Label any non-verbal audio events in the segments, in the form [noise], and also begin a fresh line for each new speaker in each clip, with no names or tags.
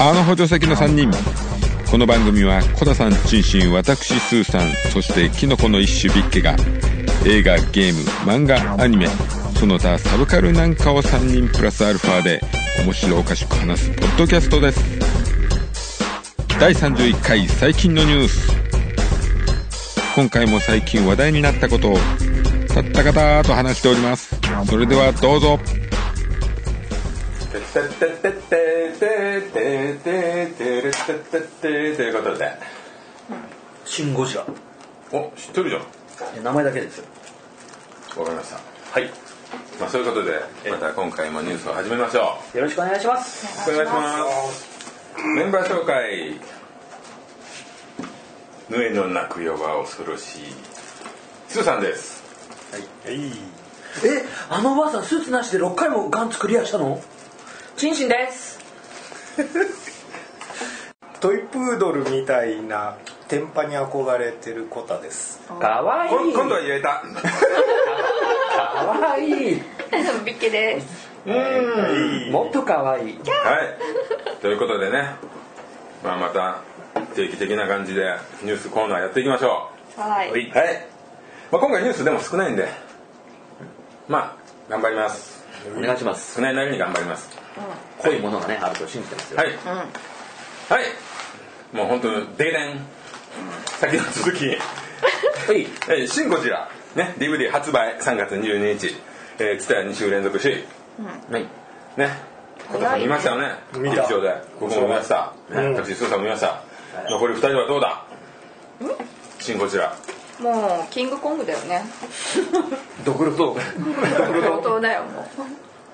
あの補助席の3人この番組はコダさんチンシン私スーさんそしてキノコの一種ビッケが映画ゲーム漫画アニメその他サブカルなんかを3人プラスアルファで面白おかしく話すポッドキャストです第31回最近のニュース今回も最近話題になったことをたったかたーと話しておりますそれではどうぞ
てってってってってってってるってってってということで
シン・ゴジラ
お知ってるじゃん
え名前だけですよ
わかりました
はいよ
まあそういうことでまた今回もニュースを始めましょ
ろしくお願いします
うお願いしますメンバー紹介ぬえの鳴く夜は恐ろしいスーさんです
えあのおばあさんスーツなしで6回もガンツクリアしたの
チンシンです。
トイプードルみたいな天パに憧れてるコタです
かわい
こ
い
今度は言えた
かわいい
[laughs] ビッケです。
もっとかわいい
はいということでねまあまた定期的な感じでニュースコーナーやっていきましょう
はい。
はい、まあ、今回ニュースでも少ないんでまあ頑張ります
お願いします
少ないなりに頑張ります
濃いものがねあると信じてますよ
はい、はいもう本当にデイデン先の続き
はい
えーシン・ゴジラ、ね、DVD 発売3月22日、えー、ツタヤ2週連続首位、
はい
ね小田さん見ましたよね
見た
劇場で僕も見ました、ね私スーさんも見ました、残り2人はどうだシン・ゴジラ
もうキングコングだよね。
ドクロと
本当だよも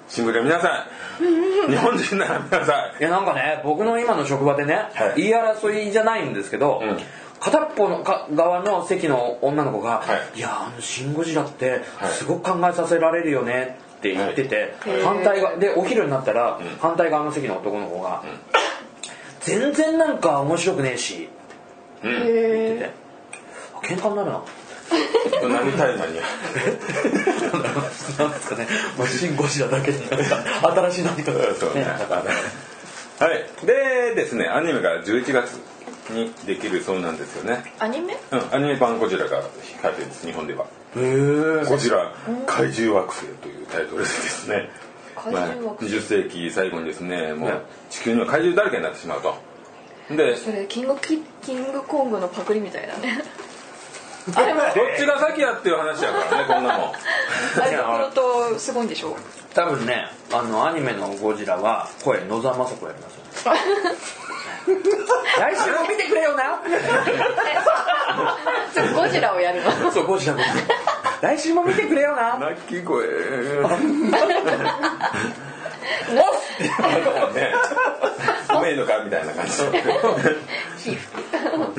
シン・ゴジラ見なさ
[laughs]
い日本人なら見なさい
いやなんかね僕の今の職場でね、
はい
言い争いじゃないんですけど、
うん
片っぽのか側の席の女の子が「
はい
い、やあのシン・ゴジラって
はい
すごく考えさせられるよね」って言ってて、
はい
反対側でお昼になったら、反対側の席の男の
[laughs]
子が「全然なんか面白くねえし」
う。
って言っ
へ
てあ喧嘩になるな
これ何対何や
[laughs] なんですかね「まあ、シン・ゴジラ」だけに新しい何かが
そうね
ねなんか
はいでですねアニメが11月にできるそうなんですよね
アニメ？
うんアニメ版「ゴジラ」が開催です日本では
へえ
「ゴジラ怪獣惑星」というタイトルでですね
怪
まあ、
獣惑星
20世紀最後にですねも
ね
う地球には怪獣だらけになってしまうとで
それキングキキングコングのパクリみたいだ [laughs] ね。あれも
どっちが先やっていう話やからねこんな
[laughs]
もん
あれのとすごいんでし [laughs] ょ。
多分ねあのアニメの「ゴジラ」は声野沢雅子やりますよね来週も見てくれよな
えゴジラをやるの。
そうゴジラゴジラ来週も見てくれよな
泣き
[laughs]
声ねうめえのかみたいな感じ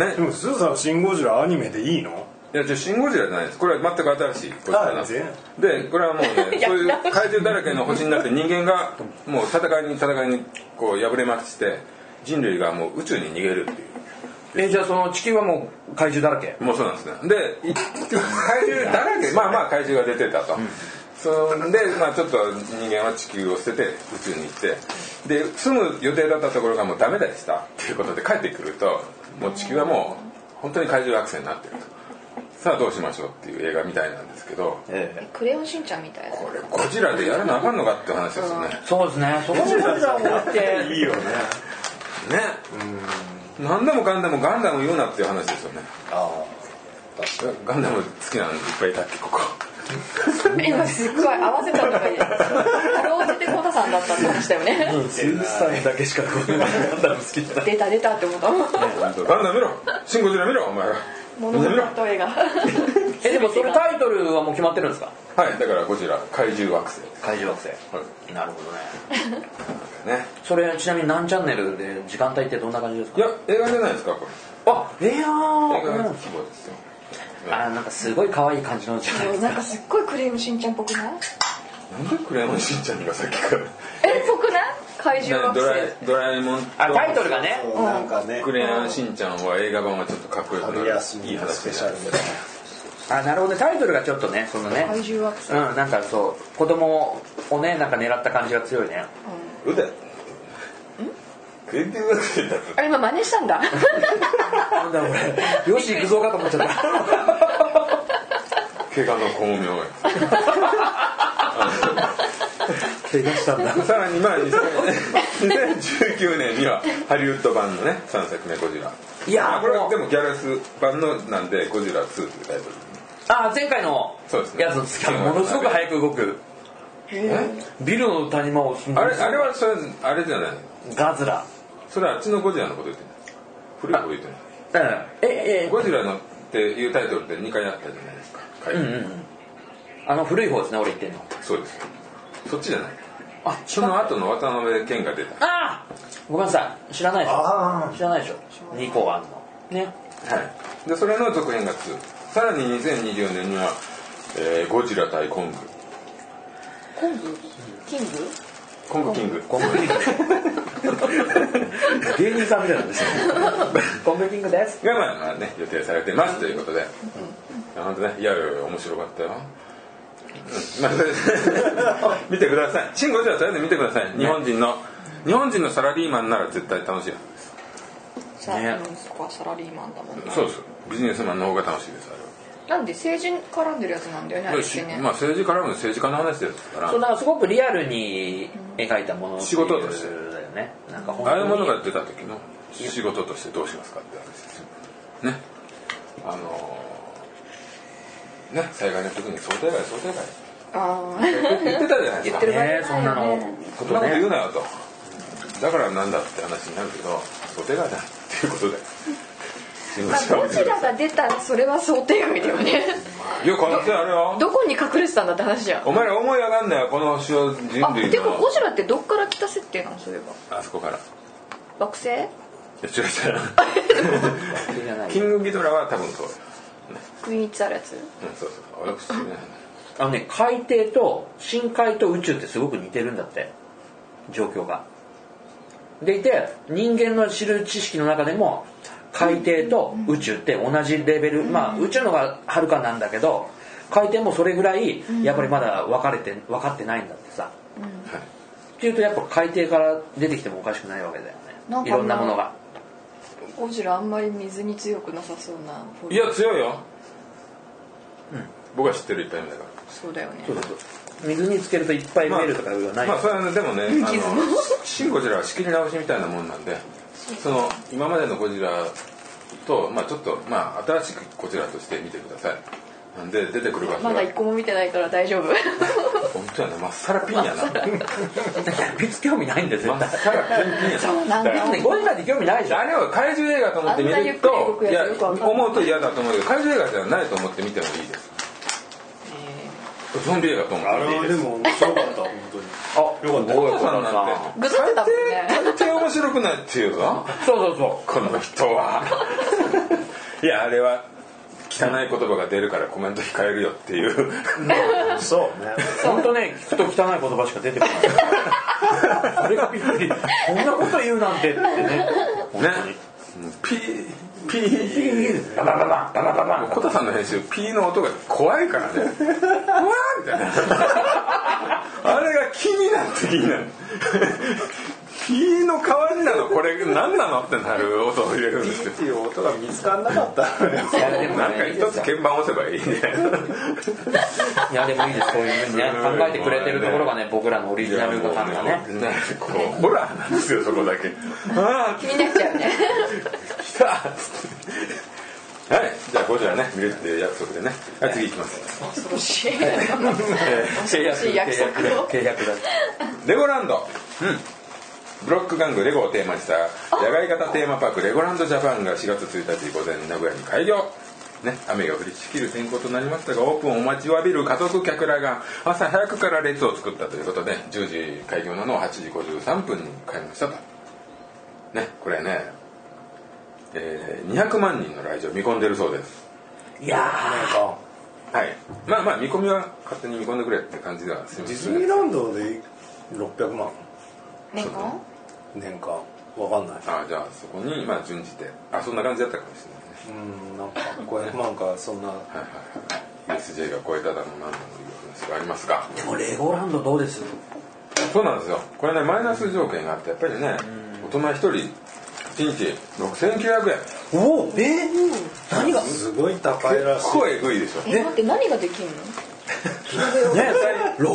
ね
でもスーさん「シン・ゴジラ」アニメでいいの
いやじゃあシン・ゴジラじゃないですこれは全く新しいゴジラなんです
あ
でこれはもうねそう [laughs] いう怪獣だらけの星になって人間がもう戦いに戦いにこう敗れまして人類がもう宇宙に逃げるっていう
えじゃあその地球はもう怪獣だらけ
もうそうなんですねでい怪獣だらけまあまあ怪獣が出てたと、そんでまあちょっと人間は地球を捨てて宇宙に行ってで住む予定だったところがもうダメでしたっていうことで帰ってくるともう地球はもう本当に怪獣惑星になってるとさあどうしましょうっていう映画みたいなんですけど
え
[laughs] クレヨンしんちゃんみたいな。
これゴジラでやらなあかんのかって話ですよね
えそうですねそこのゴジラを見て
いいよね
ね何でもかんでもガンダム言うなっていう話ですよね
あ
ガンダム好きなのいっぱいいたっけここ
今すっごい合わせたのがいい。ロージでコタさんだったって話だよね。
スーさんだけしかこんなガンダム好きじゃない
出た出たって思ったもん。
ガンダム見ろシン・ゴジラ見ろお前ら
[laughs] 物語映画。 [laughs]
えでもそれタイトルはもう決まってるんですか
はいだからゴジラ怪獣惑星
怪獣惑星なるほどね
ね
それちなみに何チャンネルで時間帯ってどんな感じです
い
か
や映画じゃないですかこ
あええや
れ映画
ー
の規模ですよ
あなんかすごい可愛い感じのじゃないですか
なんかすっごいクレヨンしんちゃんっぽくない？
なんでクレヨンしんちゃんがさっきから
えっぽくない？怪獣惑
ドラ
星。
えドラえもんと
あタイトルがね
あなんかね
クレヨンしんちゃんは映画版はちょっとかっこよくな
春
る
休み
いい
の
話
スペ
で
シ
し
ャルみたいな
あなるほどねタイトルがちょっとねそのね
怪獣惑星
うんなんかそう子供をねなんか狙った感じが強いね
うだクリーピーワックスだと
あ今真似したんだ
なんだ俺よし行くぞかと思っちゃった
怪我の巧妙や
怪我したんだ
さらにまあ2000 2019年にはハリウッド版のね3作目「ゴジラ」
いやー
あこれ
もう
でもギャラス版のなんで「ゴジラ2」というタイトル
あ前回の
そうですね
やつのつかものすごく早く動くビルの谷間を進んで
あれあれはそれあれじゃないの
ガズラ
それはあっちの「ゴジラ」のこと言ってない古い方言ってない
うんええ
ゴジラのっていうタイトルで2回あったじゃないですか、はい
うんうんうんあの古い方ですね俺言ってんの
そうですそっちじゃない
あ
その後の渡辺謙が出た
ああごめんなさい知らないでし
あ
ょ
ー
知らないでしょ2個あんのね
はいでそれの続編が2さらに2024年には、えーゴジラ対コング
コング [laughs] キング
コングキング
コンビニ芸人さんみたいなんですよ [laughs] コンビニングです
がまあまあね予定されてますということで、本当ねいやいやいや面白かったよ、うんまあ、それで [laughs] 見てください「シン・ゴジラ」とりあえず見てください、日本人の日本人のサラリーマンなら絶対楽しい
さあ、
ね
うんそこはサラリーマンだもんな
そうですビジネスマンの方が楽しいですあれは
なんで成人絡んでるやつなんだよねあれってね、
まあ、政治からも政治家の話ですから
そうなんかすごくリアルに描いたものっていう
仕事として
だよねなんか
ああいうもの
本
が出た時の仕事としてどうしますかって話ですよねあのーね災害の時に想定外想定
あ
外言ってたじゃないです
言
か
っ
そ
て
ん
る
な
当
場合じ
ね
ゃない
そんな
よ
の
ね
こ
ことと言う
ね
なよとだからなんだって話になるけど想定外だっていうことで
まあ、ゴジラが出たらそれは想定外だよね
いや可能性あるよ
[laughs] どこに隠れてたんだって話じゃん
お前ら思い上がんなよこの星を人類
あ
の
でもゴジラってどっから来た設定なのそういえば
あそこからい
惑星
や違う違う
じゃない
キングギドラは多分そう
国に行ってあるやつ
うんそうそう俺も知ってない
あのね海底と深海と宇宙ってすごく似てるんだって状況がでいて人間の知る知識の中でも海底と宇宙って同じレベル、まあ宇宙のがはるかなんだけど海底もそれぐらいやっぱりまだ分かれて分かってないんだってさ、っていうとやっぱ海底から出てきてもおかしくないわけだよ
なん
ね
か
いろんなものが
ゴジラあんまり水に強くなさそうない
や強いよ、僕は知ってる一杯目だか
そうだよね
水につけるといっぱい
ら
見えるとかいうのはない、
まあそれはねでもねあのシン・ゴジラは仕切り直しみたいなもんなんでその今までのゴジラと、まあ、ちょっと、まあ、新しくゴジラとして見てくださいなんで出てくる場所
まだ
が
一個も見てないから大丈夫
本当やねまっさらピンやな
[laughs] ピッツ興味ないんだよ絶
まっ
対
さら
[laughs]
ピンピンや
そうなん
だ
だ
ゴジラって興味ないじゃん
あれは怪獣映画と思って見ると
あんなゆっくり動くやつよくわかんない
思うと嫌だと思うけど怪獣映画じゃないと思って見てもいいですゾンビ映画と思
あ
ってもいい
れ
で
は
す
でも面白かった本当に
あよか
大家さんなんて
ぐずってたもん
大
ね
抵大抵面白くないっていうぞ
そうそうそう
この人は [laughs] いやあれは汚い言葉が出るからコメント控えるよっていう
そうね
本当ね聞くと汚い言葉しか出てこないそれがびっくりこんなこと言うなんてってね本
ね
当に
ピーピー
ババババババババ
コタさんの編集ピーの音が怖いからねうわーみたいなあれが気になって気になる [laughs] ピーの代わりなのこれ何なのってなる音を入れるんですよ
っていう音が見つからなかったのよ
いやでも
なんか
ね
一つ鍵盤押せばいいね
いやでもいいですそういうふうにね考えてくれてるところがね僕らのオリジナルの感がね
ねこうホラーなんですよそこだけああ
気になっちゃうね
来たはいじゃあこちらね見るっていう約束でねはい次行きます
恐ろしい
契約
契約
契約だ
レゴランドブロック玩具レゴをテーマにした野外型テーマパークレゴランドジャパンが4月1日午前名古屋に開業ね、雨が降りしきる天候となりましたがオープンを待ちわびる家族客らが朝早くから列を作ったということで10時開業なのを8時53分に開幕したとねこれね、えー200万人の来場を見込んでるそうです
いや
はい、まあまあ見込みは勝手に見込んでくれって感じではすみ
デ
ま
ィ
せ
ズ
ん
ニーランドで600万
年間
年間わかんない
ああじゃあそこにまあ順次てあそんな感じだったかもしれないね
うんなんか500万かそんな
USJ が超えただの何だのいう話がありますが
でもレゴランドどうです
そうなんですよこれねマイナス条件があってやっぱりね大人1人1日6900円
おおえー、何がね
すごい高いらしい
すごいエグいでしょ
え待って何ができるの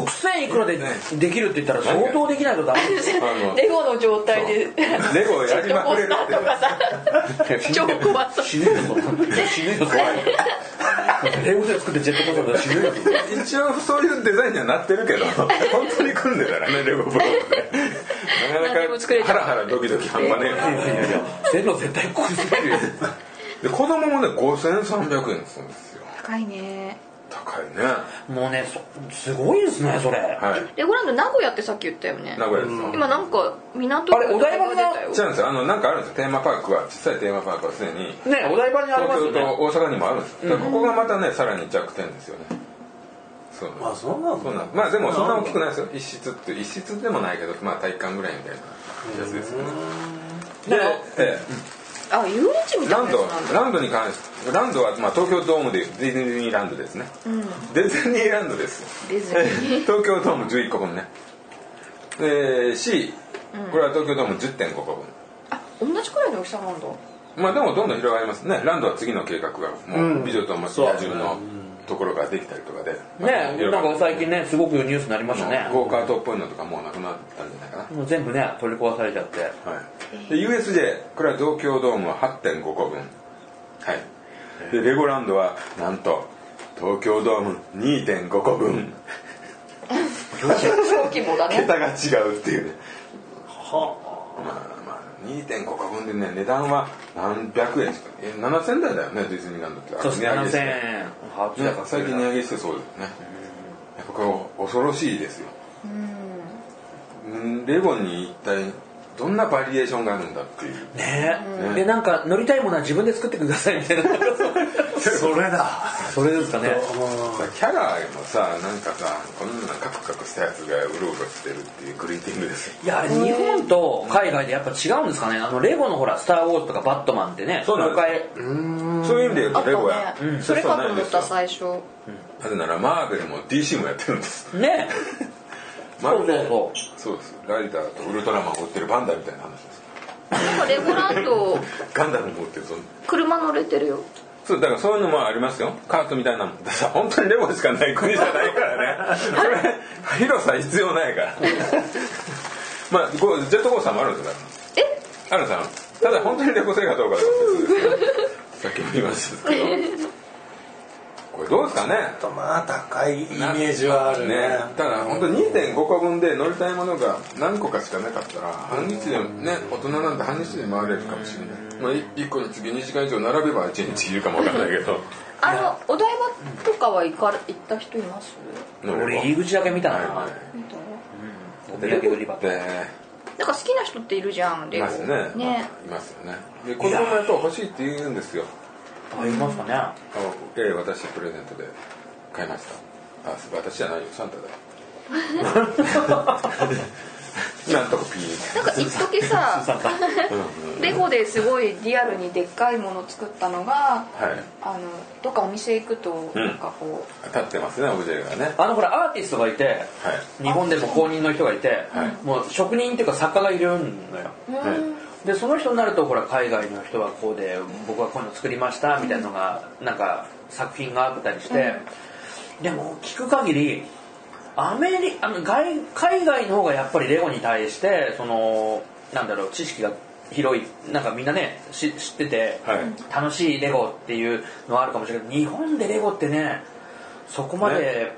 6000いくらでできるって言ったら相当できないとダメですよ
の
レゴの状態で
レゴやりまくれる
ジェットコースターとかさ超怖
[laughs]
そう
死ぬよそんなの死ぬよそんなのレゴ [laughs] で作ってジェットコースターだったら死ぬよ
一応そういうデザインにはなってるけど本当に組んでたらねレゴブロックでな
何でも作
か
れ
な
ち
か
ゃ
ハラ
う
ハラドキドキ半端ね
いやいやいや線路絶対崩れるよ
えで子供もね5300円するんですよ
高いね
高いね
もうねそすごいですねそれ、
はい
レゴランド名古屋ってさっき言ったよね
名古屋ですよ
今なんか港
あれお台場が
出たよ
違うんですよあのなんかあるんですよテーマパークは小さいテーマパークはすでに
ねお台場にあります
東京と
よね
大阪にもあるんですよだからここがまたねさらに弱点ですよねそうなんです
あそうなんだ
そうなんまあでもそんな大きくないですよ一室って一室でもないけどまあ体育館ぐらいみたいなやつですよねで、え
あ遊園地み
え、
た
ラ
いな
ン
やつ
ド
なんだ
ランドに関してランドはまあ東京ドームでディズニーランドですね、ディズニーランドです
[laughs]
ディズ
え
ニ
え
ー
東京ドーム11個分ねえー、C これは東京ドーム10.5個分
あ同じくらいの大きさなんだ
まあでもどんどん広がりますねランドは次の計画がもう美女と街野獣のところができたりとかで、まあ
ね
広が
な
る
んか最近ねすごくニュースになりましたね
ゴーカートっぽいのとかもうなくなったんじゃないかな
もう全部ね取り壊されちゃって
はい、で USJ これは東京ドームは8.5個分はいでレゴランドはなんと東京ドーム2.5個分
小規模だね
桁が違うっていうね
は
まあまあ2.5個分でね値段は何百円しかえ7000台だよねディズニーランドって
そうですね
値上げして
7000円初
ね最近値上げしてそうですねやっぱこれ恐ろしいですようんレゴに一体どんなバリエーションがあるんだっていう
ねでなんか乗りたいものは自分で作ってくださいみたいな
[laughs]
あそれだ
それですかね
さキャラもさなんかさこんなカクカクしたやつがうろうろしてるっていうグリーティングですよ
いやあれ日本と海外でやっぱ違うんですかねあのレゴのほら「スター・ウォーズ」とか「バットマン」ってね
そうなんです
公開
そういう意味で言う
あ
と
っ
レゴは
たねそれかと思った
よ
最初
なぜならマーベルも DC もやってるんです
ね
[laughs] マ
そ
ー
う
ベ
そう
ル
そ
そうですよライダーとウルトラマンを追ってるバンダみたいな話です
なんかレゴランド
ガンダムも追ってるその
車乗れてるよ
そうだからそういうのもありますよカートみたいなのだから本当にレゴしかない国じゃないからねそれ広さ必要ないからまあこうジェットコースターもあるんですよだから
え
あるさんただ本当にレコ性かどうかは別ですよさっきも言いましたけどこれどうですかね
とまあ高いイメージはあるね
ねただ本当に2.5個分で乗りたいものが何個かしかなかったら半日でね大人なんて半日で回れるかもしれない、まあ、1個につき2時間以上並べば1日いるかもわかんないけど
あのお台場とかは行かれ行った人います
う
乗
俺
れば
入り口だけ見たな、
はいはい
みたいな
お土産売り場
で
なんか好きな人っているじゃん
い
レゴ
ますねまあいますよねで子供もやっぱ欲しいって言うんですよ
ありますかね
あのええ私プレゼントで買いましたあ私じゃないよサンタ [laughs] だよなんとかピー
なんか一時
さん
[laughs]
さ
か
レゴですごいリアルにでっかいもの作ったのが
はい
あのどっかお店行くと
うん
なんかこ
立ってますねオブジェがね
あのほらアーティストがいて
はい
日本でも公認の人がいて、もう職人っていうか作家がいるのよ
う、
はいう
ーん
でその人になるとほら海外の人はこうで僕はこういうの作りましたみたいなのがなんか作品があったりして、でも聞く限りアメリあの外海外の方がやっぱりレゴに対してそのなんだろう知識が広いなんかみんなねし知ってて、
はい
楽しいレゴっていうのはあるかもしれないけど日本でレゴってねそこまで、
ね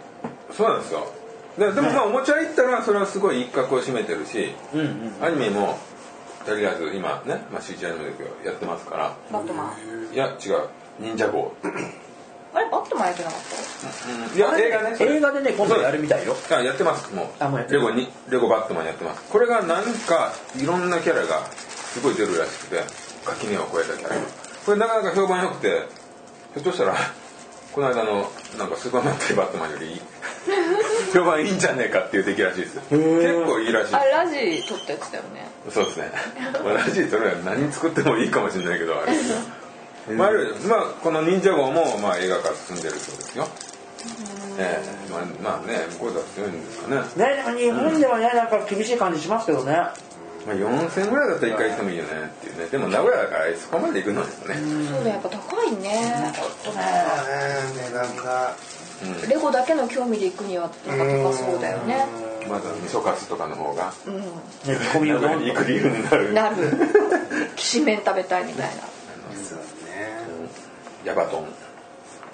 そうなんですよででもまあおもちゃ行ったらそれはすごい一角を占めてるし
うんうん
アニメもとりあえず今ね、まあ、CG アニメだけどやってますから
バットマン
いや違う忍者号
あれバットマンやってなかっ
いや映画ねそれ
映画でね今度やるみたいよ
あやってますもう
あもうやってる
レゴにレゴバットマンやってますこれがなんかいろんなキャラがすごい出るらしくて垣根を越えたキャラこれなかなか評判良くてひょっとしたらこの間のなんかスーパーマン対バットマンよりいい評判いいんじゃねえかっていう出来らしいです結構いいらしい
たあれラジ撮ったやつだよね
そうですねまあラジオそれは何作ってもいいかもしれないけどあれまあ、いろいろまあ、この忍者号も、まあ、映画化進んでるそうですよ。ええまあ、まあね、向こうでは強いんですかね。
ねでも日本ではねなんか厳しい感じしますけどね
まあ、四千ぐらいだったら一回行ってもいいよねっていうね。でも、名古屋だから、そこまで行くのですよね。
そうだやっぱ高いね
値段が
レゴだけの興味で行くにはなかなかそうだよね
まだ味噌カツとかの方が。
う
ね煮込み
名古
うど
屋
ん
に行く理由になる
ん。なる [laughs] きしめん食べたいみたいな
そうね
ヤバトン。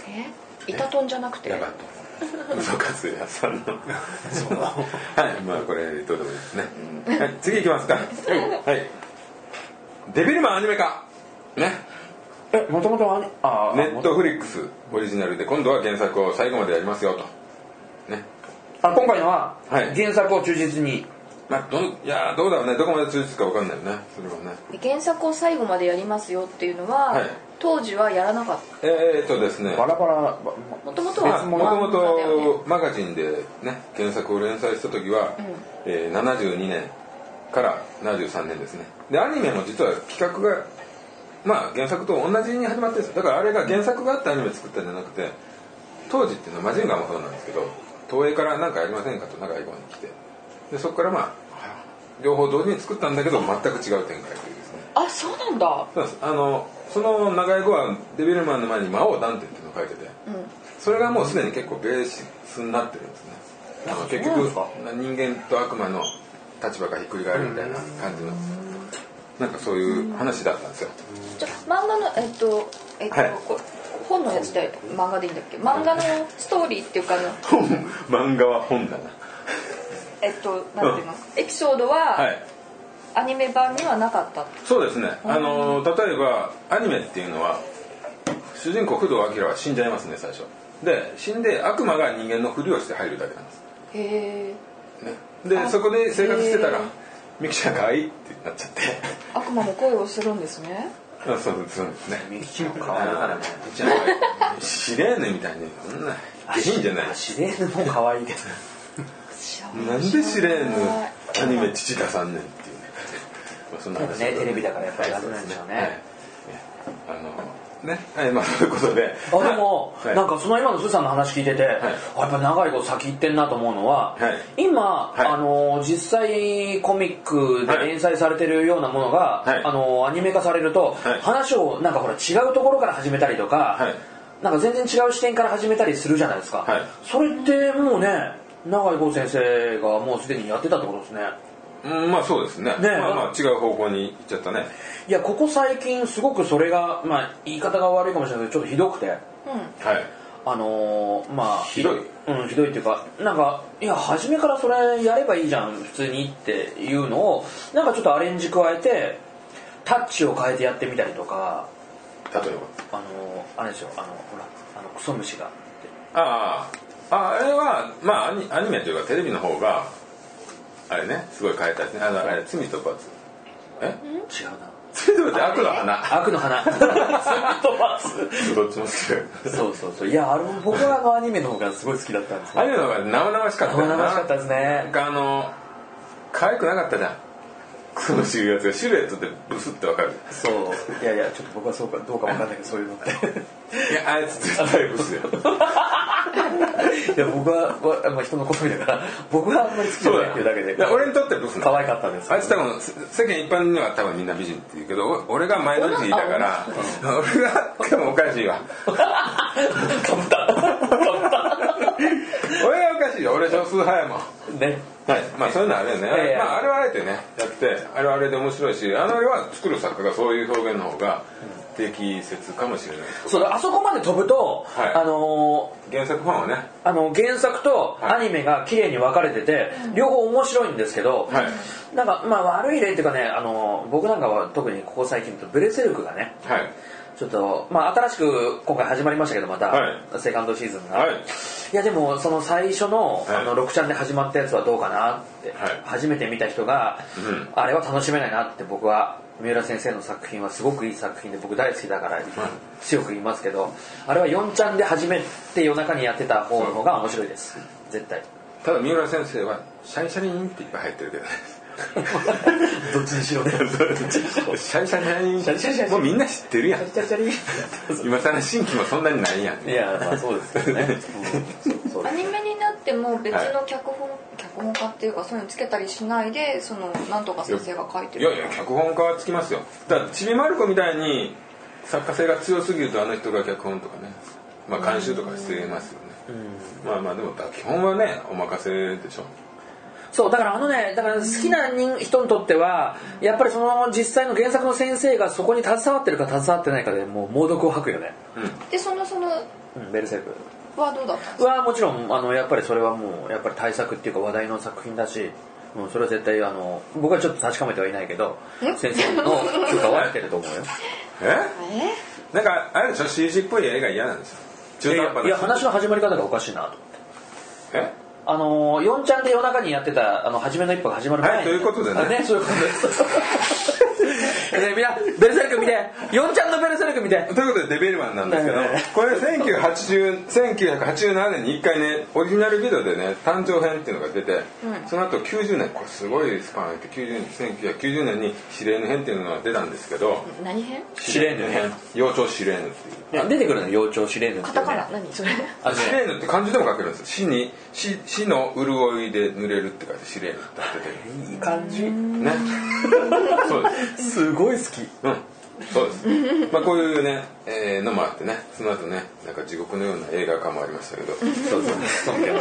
え板トンじゃなくて
ヤバトン。味噌カツ屋さんの。はい、まあ、これ、どうでもいいですね。はい、次行きますか。はい。デビルマンアニメ化。ね。
えもともとああ
ネットフリックスオリジナルで今度は原作を最後までやりますよとね
あ今回のは
はい
原作を忠実に、
まあどんいやーどうだろうねどこまで通じるか分かんないよねそれはね
原作を最後までやりますよっていうのは、
はい
当時はやらなかっ
えー、っとですね
バラバラば
たもともと
ま
は
あ
漫
もとも
画だよね
とマガジンでね原作を連載した時は、えー72年から73年ですねでアニメも実は企画がまあ原作と同じに始まってるんですよだからあれが原作があってアニメ作ったんじゃなくて当時っていうのはマジンガーもそうなんですけど東映から何かやりませんかと長井号に来てでそこからまあ両方同時に作ったんだけど全く違う展開というですね
あそうなんだ
そうなんですあのその長井号はデビルマンの前に魔王ダンテっていうのを書いてて、それがもうすでに結構ベースになってるんですねあの結局人間と悪魔の立場がひっくり返るみたいな感じのなんかそういう話だったんですよ [laughs]
じゃ漫画のえっとえっと、
はい
こ本のやつで漫画でいいんだっけ漫画のストーリーっていうかあの
漫画は本だな
えっとなんていうの、エピソードは、
はい
アニメ版にはなかった
そうですねあの例えばアニメっていうのは主人公工藤明は死んじゃいますね最初で死んで悪魔が人間のふりをして入るだけなんです
へえ
ねでそこで生活してたら
へー
「ミキちゃんかわいい」ってなっちゃって [laughs]
悪魔も恋をするんですね
あそうそうですね
ミキちゃん可愛いからね
ミキちゃん可愛い知れねえみたいにそんな下品じゃない
シレーヌも可愛いけど
[laughs] なんで知れんのアニメ父出さんねんっていうね、ま [laughs] あ、そんな話
ねテレビだからやっぱり
はい
ダメなんでしょうね
はいあのねはいまあそういうことで
あでも、
はい
なんかその今のスーさんの話聞いてて、あやっぱ長いこと先行ってんなと思うのは、
はい
今、
はい
あの実際コミックで連載されてるようなものが、
はい
あのアニメ化されると、
はい
話をなんかほら違うところから始めたりとか、
はい
なんか全然違う視点から始めたりするじゃないですか、
はい
それってもうね永井剛先生がもうすでにやってたってことですね
うんまあそうですね
ね
まあまあ違う方向に行っちゃったね
いやここ最近すごくそれが、まあ、言い方が悪いかもしれないけどちょっとひどくて
はい
あのーまあ
ひどい
うん、ひどいっていうかなんかいや初めからそれやればいいじゃん普通にっていうのをなんかちょっとアレンジ加えてタッチを変えてやってみたりとか
例え
あのーあれですよあのほらあのクソ虫が
ばああああれはまあアニアニメというかテレビの方があれねすごい変えたですねあのあれ罪と罰え
違うな
罪と罰悪の花
悪の花
どっちも好きだよ
[laughs] そうそうそういやあれも僕はあのアニメの方がすごい好きだったんです
アニメの方が生々しかったよ
生
な
々しかったです
なん
ね
かあの可愛くなかったじゃんクソの知るやつがシルエットでブスってわかる
そういやいやちょっと僕はそうかどうかわかんないけどそういうのっ
い
て
やあいつ絶対ブスよ
いや僕は、わまあ、人の好みだから僕はあんまり好きじゃ
そう
な
だよ
いっていうだけで
いや俺にとってブスなの
可愛かったです
あいつ多分せ世間一般には多分みんな美人って言うけどお俺がマイノリティだから俺がでもおかしいわ
かぶったかぶ
俺がおかしいよ俺少数派やもん
ったね
はい、まあそういうのはあれよね、
いやいや
まあ、あれはあえてねやってあれはあれで面白いしあのあれは作る作家がそういう表現の方が適切かもしれない
そうあそこまで飛ぶと、
はい
あのー
原作ファンはね
あの原作とアニメが綺麗に分かれてて、両方面白いんですけど、
はい
なんかまあ悪い例っていうかねあのー僕なんかは特にここ最近だとブレセルクがね
はい
ちょっとまあ新しく今回始まりましたけどまた、
はい
セカンドシーズンが、
はい
いやでもその最初の,、
はい
あの6ちゃんで始まったやつはどうかなって、
はい
初めて見た人が、
うん
あれは楽しめないなって僕は三浦先生の作品はすごくいい作品で僕大好きだから強く言いますけどあれは4ちゃんで始めて夜中にやってた方の方が面白いです絶対
ただ三浦先生はシャリシャリンっていっぱい入ってるけどね
[laughs] どっちにしろどっ
[laughs]
ちにしろ
シャリシャリ
シャリシャリシャリ
もうみんな知ってるやん
シャリシャリシ
今さら新規もそんなにないやん
ャリいやまあそうですよね、うんそうそう
アニメになっても別の脚本、脚本家っていうかそういうのつけたりしないでそのなんとか先生が書いて
い
る
やいや脚本家はつきますよだからちびまる子みたいに作家性が強すぎるとあの人が脚本とかねまあ監修とかしてますよね、まあまあでも基本はねお任せでしょ
そうだからあのねだから好きな人人にとってはやっぱりその実際の原作の先生がそこに携わってるか携わってないかでもう猛毒を吐くよね、
でそのその
うん、ベルセルク
はどうだった
はもちろんあのやっぱりそれはもうやっぱり大作っていうか話題の作品だしもうそれは絶対あの僕はちょっと確かめてはいないけど
え
先生の許可は得てると思う [laughs] よ
え
え
なんかあれでしょ CG っぽい映画嫌なんですよ中途半端
いや
な
話の始まり方がおかしいなと
え
あの4ちゃんで夜中にやってたあの初めの一歩が始まる前に
はいということでね
あそういうことです [laughs] ねみんなベルセルク見て4ちゃんのベルセルク見て
ということでデビルマンなんですけど
はいはい
これ1980 1987年に1回ねオリジナルビデオでね誕生編っていうのが出て、その後90年これすごいスパンあって90年1990年に「シレーヌ編」っていうのが出たんですけど
何編
シレーヌ編
「幼鳥シレーヌ」っていう。
出てくるのよ幼鳥シレーヌってい
カ
うね
タカナ何それ
あのね
シレーヌって漢字でも書けるんですよ死に死死の潤いで濡れるって書いてシレーヌって
いい感じ
言
[laughs]
っててねそうです
すごい好き
うん、そうです。まあこういうね、えーのもあってね、その後ね、なんか地獄のような映画化もありましたけど、
そうそう尊敬
[laughs]
の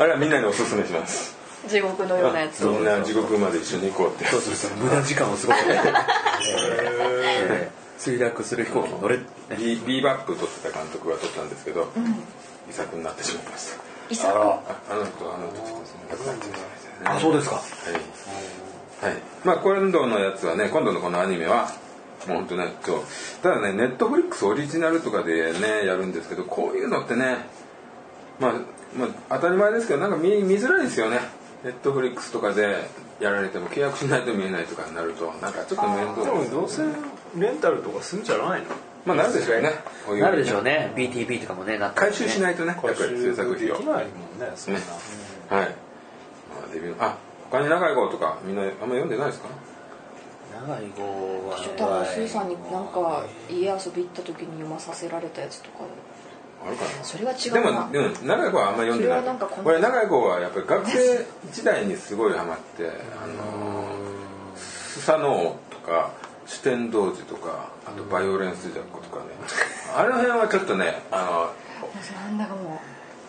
あれはみんなにおすすめします。
地獄のようなやつ
みんな地獄まで一緒に行こうって。
そうそうそう無駄時間を過ごす
[laughs]
えー墜落する飛行機に乗れ
ビービーバップ撮ってた監督が撮ったんですけど、遺作になってしまいました。
イサ
ああの子あの子ちょっとすみません亡くなっちゃいましたね。
あそうですか
はい、はい、まあ今度のやつはね今度のこのアニメはもうほんとねそうただねネットフリックスオリジナルとかでねやるんですけどこういうのってねまあ、まあ、当たり前ですけどなんか見見づらいですよねネットフリックスとかでやられても契約しないと見えないとかになるとなんかちょっと面倒
でもどうせレンタルとかするんじゃないの
まあなるでしょうねこういう
なるでしょうね BTB とかもねなって
回収しないいとねやっぱ
回
り
収
制作費
で
を
きないもんねそんな
ねはい、まあ、デビューあ他に長い号とかみんなあんま読んでないですか
長い号は
多分スーさんになんか家遊び行った時に読まさせられたやつとか
あるかな
それは違
で
うな
も、でも長い子はあんまり読んでない
それはなんかこの
俺長い子はやっぱり学生時代にすごいハマってあのースサノオとか主天童子とかあとバイオレンスジャックとかねあの辺はちょっとねあ
なんだかも
の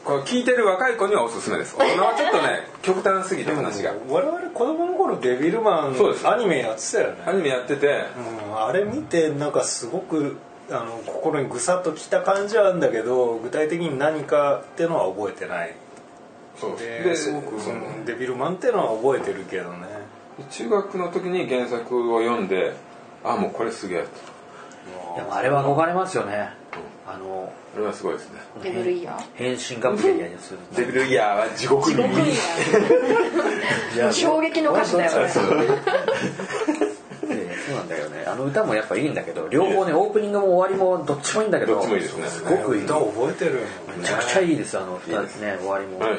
これ聞いてる若い子にはおすすめです大人はちょっとね極端すぎて話が
我々子供の頃デビルマン
そうです
アニメやってたよね
アニメやってて
うんあれ見てなんかすごくあの心にぐさっときた感じはあるんだけど具体的に何かってのは覚えてない
そう
ですごくそのデビルマンってのは覚えてるけどね
中学の時に原作を読んであもうこれすげえと
でもあれは憧れますよねあの
これはすごいですね
うレベルイヤ
変
ー
身がブレイヤーにする
デビルイヤーは地獄に
地獄イヤー [laughs] 衝撃の歌詞だよ
い
ね
やいやそうなんだよねあの歌もやっぱいいんだけど両方ねオープニングも終わりもどっちもいいんだけど
どっちもいいですね
すごくいい
歌覚えてるよね
めちゃくちゃいいですあの歌ね終わりも、
はい、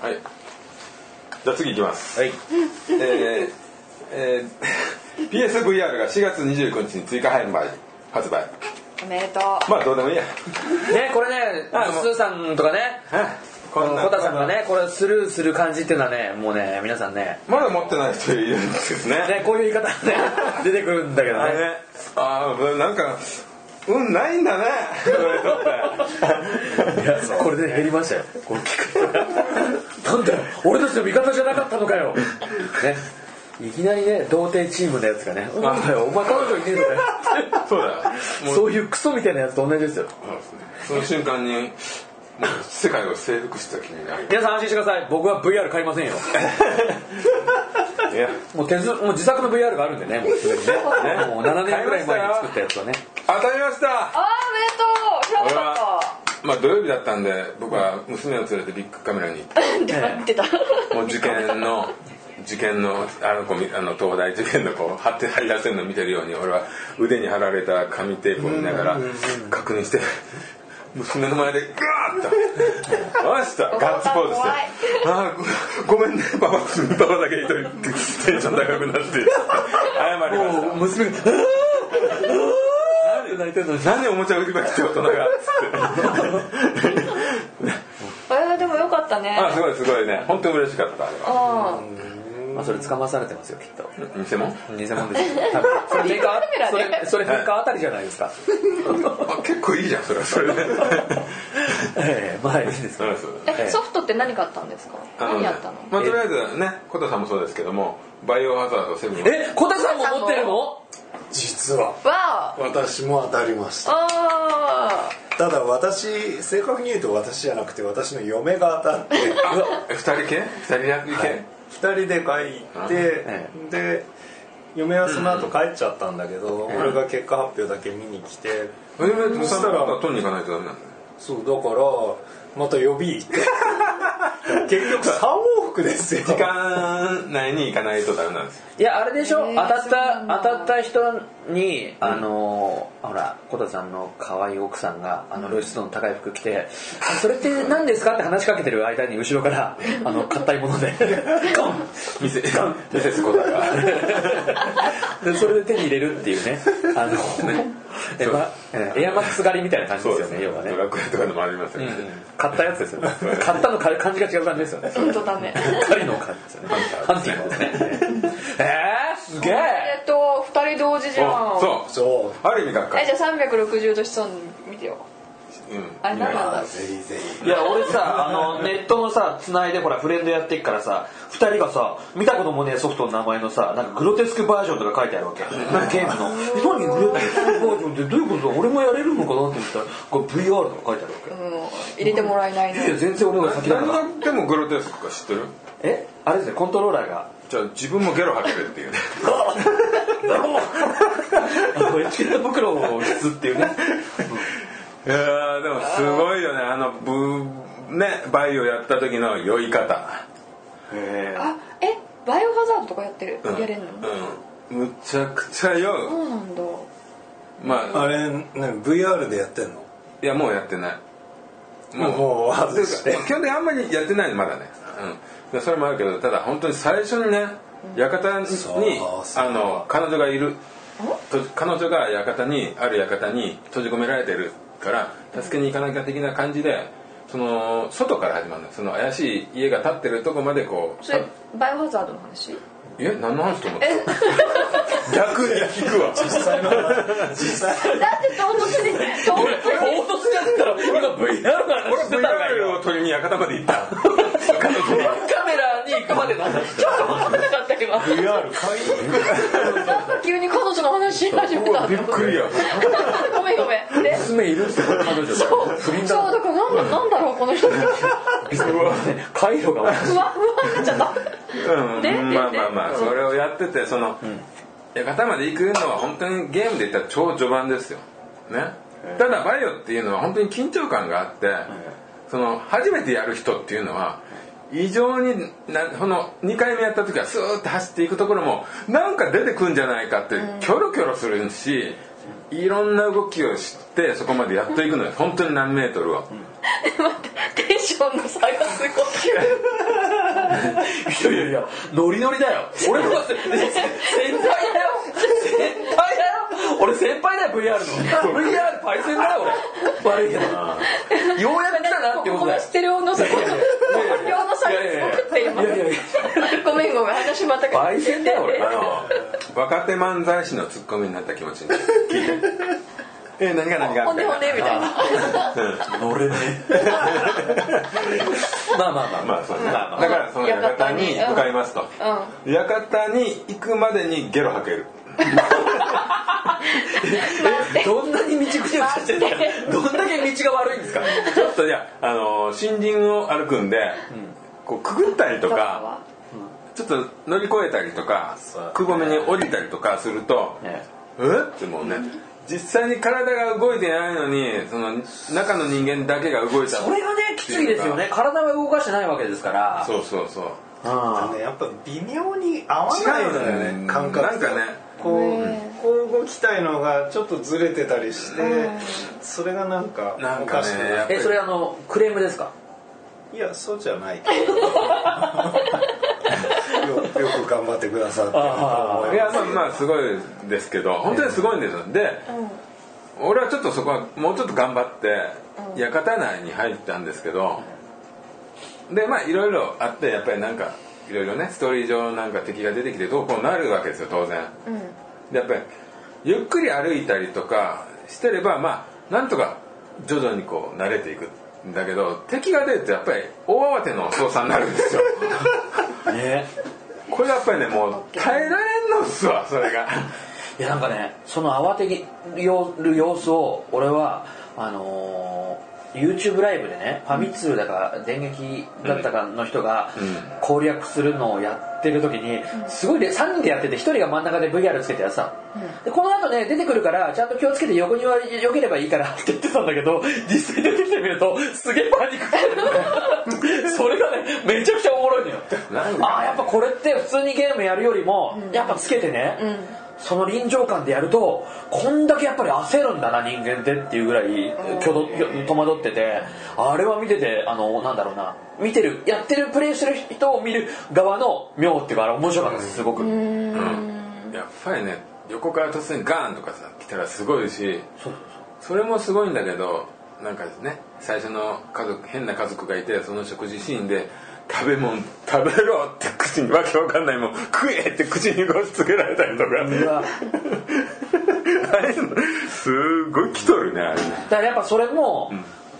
はい。じゃあ次いきます。
はい
えーえー [laughs] PSVR が4月29日に追加販売発売。
おめでとう
まあどうでもいいや。
ねこれね
あもう
スーさんとかね
こんな
コタさんがねこれをスルーする感じっていうのはねもうね皆さんね
まだ持ってない人いるんですね。
ねこういう言い方ね出てくるんだけど
あれ
ね
ね。ああなんかうんないんだ [laughs] ね。
いやこれで減りました [laughs] よこれ聞くなんだよ俺たちの味方じゃなかったのかよ、ね、いきなりね童貞チームのやつがね「お前お前彼女いねえのかよ」
そうだよ。もう
そういうクソみたいなやつと同じですよ
その瞬間にもう世界を征服した気になる。
皆さん安心してください僕は VR 買いませんよ
[laughs] いや
もう手ずもう自作の VR があるんでねもうすで
[laughs]
にねもう7年ぐらい前に作ったやつをね
当たりました。
あーおめでとう知らなか
まあ土曜日だったんで僕は娘を連れてビッグカメラに行って
った言ってた
もう受験の [laughs] 受験のあの子みあの東大受験の子貼って張り出せるの見てるように俺は腕に貼られた紙テープを見ながら確認して娘の前でガーッと「わしたガッツポーズして
怖い
「あーごごめんねパパ」パパだけ一人テンション高くなって謝りました
もう娘が「あーあーって泣いてるのに
何でおもちゃ売り場来て大人がっつって
えーでもよかったね
あすごいすごいね本当に嬉しかったあれは
あ
まあそれ捕まされてますよきっと
偽物
偽物で
[laughs]
すよ多分それメーカーそれそれメーカーあたりじゃないですか
あ結構いいじゃんそれはそれで
ええまあいいですけど
そう
ーえソフトって何買ったんですか何やったの
まあ、とりあえずねコタさんもそうですけどもバイオハザードセブン
え小田さんも持ってるの
実は
わー
私も当たりました
あ
ただ私正確に言うと私じゃなくて私の嫁が当た [laughs] って
え二人系二人役系、
2人で帰って
え
で嫁はその後帰っちゃったんだけど俺が結果発表だけ見に来て
えー、
そ
そ
し
したた
ら
ら取りに行かないとダメなんだね
そうだからまた予備行って結局3往復ですよ
時間内に行かないとダメなんですよ
いやあれでしょ、
ええ
当たっ
そう
た
なん
当
だ
たった人にあのーほら小田さんの可愛い奥さんがあの露出度の高い服着て「あそれって何ですか?」って話しかけてる間に後ろからあの硬いも [laughs] のでゴン
ミセミセスコタが
[laughs] でそれで手に入れるっていうねあ [laughs] のエマえエアマックス狩りみたいな感じですよね要はね
ドラクエとかでもありますよね、
買ったやつですよね買ったのか感じが違う感じですよね
ー本当だね
狩りの感じですよねハンティングですねえー、すげえ
えっと2人同時じゃん
おそうそう
そ
ある意味学
え
会
じゃあ360度子孫見てよ
うん
あれ何なんだ
うぜひぜひ
いや俺さあのネットのさつないでほらフレンドやってっからさ2人がさ見たこともねえソフトの名前のさなんかグロテスクバージョンとか書いてあるわけゲームの「え何グロテスクバージョンってどういうことだ俺もやれるのかな?」って言ったらこれ VR とか書いてあるわけ
もう入れてもらえない
いや
ね
全然俺の先だか
何
ら
やってもグロテスクか知ってる
えあれですねコントローラーが
じゃあ自分もゲロ吐けるっていうね
あのエチケット袋を押すっていうね
いやーでもすごいよねあのブねバイオやった時の酔い方
へ
あえバイオハザードとかやってる
うん
やれんの
うんむちゃくちゃ酔
そううなんだ
まあ
あれね VR でやってんの
いやもうやってない
もう外して
ていうか基本的にあんまりやってないのまだね、うん、でそれもあるけどただ本当に最初にね館に
そうそう
あの彼女がいると彼女が館にある館に閉じ込められてるから助けに行かなきゃ的な感じでその外から始まるのよその怪しい家が建ってるとこまでこう
それバイオハザードの話
え何の話と思って [laughs] 逆に聞くわ
実際の実際
だって唐突に唐突に
唐突じゃったら今 VR の話してたのかよ
俺 VR を取りに館まで行った
カメラに行くまでの話
ちょっと待ってだって今
VR 会議
急に彼女の話し始めた
びっくりや
[laughs] ごめんごめんで
娘いるんすよ彼女が
そうそうだからなんだなんだろうこの人
回路が悪い
ふわふわになっちゃった
うん
で
まあまあまあ
で
それをやっててその館まで行くのは本当にゲームで言ったら超序盤ですよねただバイオっていうのは本当に緊張感があってその初めてやる人っていうのは異常になこの2回目やった時はスーッと走っていくところもなんか出てくんじゃないかってキョロキョロするしいろんな動きを知ってそこまでやっていくのよ本当に何メートルを。
待ってテンションの差がすごい
いやいやいやノリノリだよ俺のこと先輩だよ先輩だよ俺先輩だよ VR の VR パイセンだよ俺悪いけどようやく来たなってこ
こと
だ
の
よ
ステレオの差この両の差がすごくて今
いやいやいや
ごめんごめん話また
パイセンだよ俺
あの [laughs] 若手漫才師のツッコミになった気持ち
[laughs]
になる聞いてえ何が何が
ほんでほんでみたいな
乗れねえ [laughs] まあまあまあ
まあそうねだ
まあまあ
からその館に向かいますと館に行くまでにゲロ吐け
[laughs]
る
どんなに道口をさしてんだよどんだけ道が悪いんですか
ちょっといやあの森林を歩くんでこうくぐったりとかちょっと乗り越えたりとか
そう
くぼみに降りたりとかするとえってもうね実際に体が動いてないのにその中の人間だけが動いた
これがねきついですよね体は動かしてないわけですから
そうそうそう
うん
ねやっぱ微妙に合わ
違
ない
うん
の
だよ
よ
ね
ね感覚
なんかね
こう
ね
こう動きたいのがちょっとずれてたりして、それがなんか
なん
お
かね
かしくなる
えそれあのクレームですか
いやそうじゃないよよく頑張ってくださってると思います
いやまあまあすごいですけど本当にすごいんですよで俺はちょっとそこはもうちょっと頑張って館内に入ったんですけどでまあいろいろあってやっぱりなんかいろいろねストーリー上なんか敵が出てきてどうこうなるわけですよ当然でやっぱりゆっくり歩いたりとかしてればまあなんとか徐々にこう慣れていくんだけど敵が出るとやっぱり大慌ての操作になるんですよ
ね
これやっぱりねもう耐えられんのっすわそれが
いやなんかねその慌てる様子を俺はあのー YouTube ライブでねファミ通だか電撃だったかの人が攻略するのをやってる時にすごいで3人でやってて1人が真ん中で VR つけてやってたのでこの後ね出てくるからちゃんと気をつけて横に割りよければいいからって言ってたんだけど実際出てきてみるとすげえパニックになるそれがねめちゃくちゃおもろいのよ
なんか
あーやっぱこれって普通にゲームやるよりも、やっぱつけてね、その臨場感でやるとこんだけやっぱり焦るんだな人間ってっていうぐらいきょどきょ戸惑っててあれは見ててあのなんだろうな見てるやってるプレイしてる人を見る側の妙っていうかあれ面白かったですすごく、
やっぱりね横から突然ガーンとかさ来たらすごいし
そうそう
それもすごいんだけどなんかね最初の家族変な家族がいてその食事シーンで食べ物食べろって口にわけわかんないもん食えって口に押しつけられたりとか
そう
[laughs]
うわ
あれすごい来とるねあれね
だからやっぱそれも、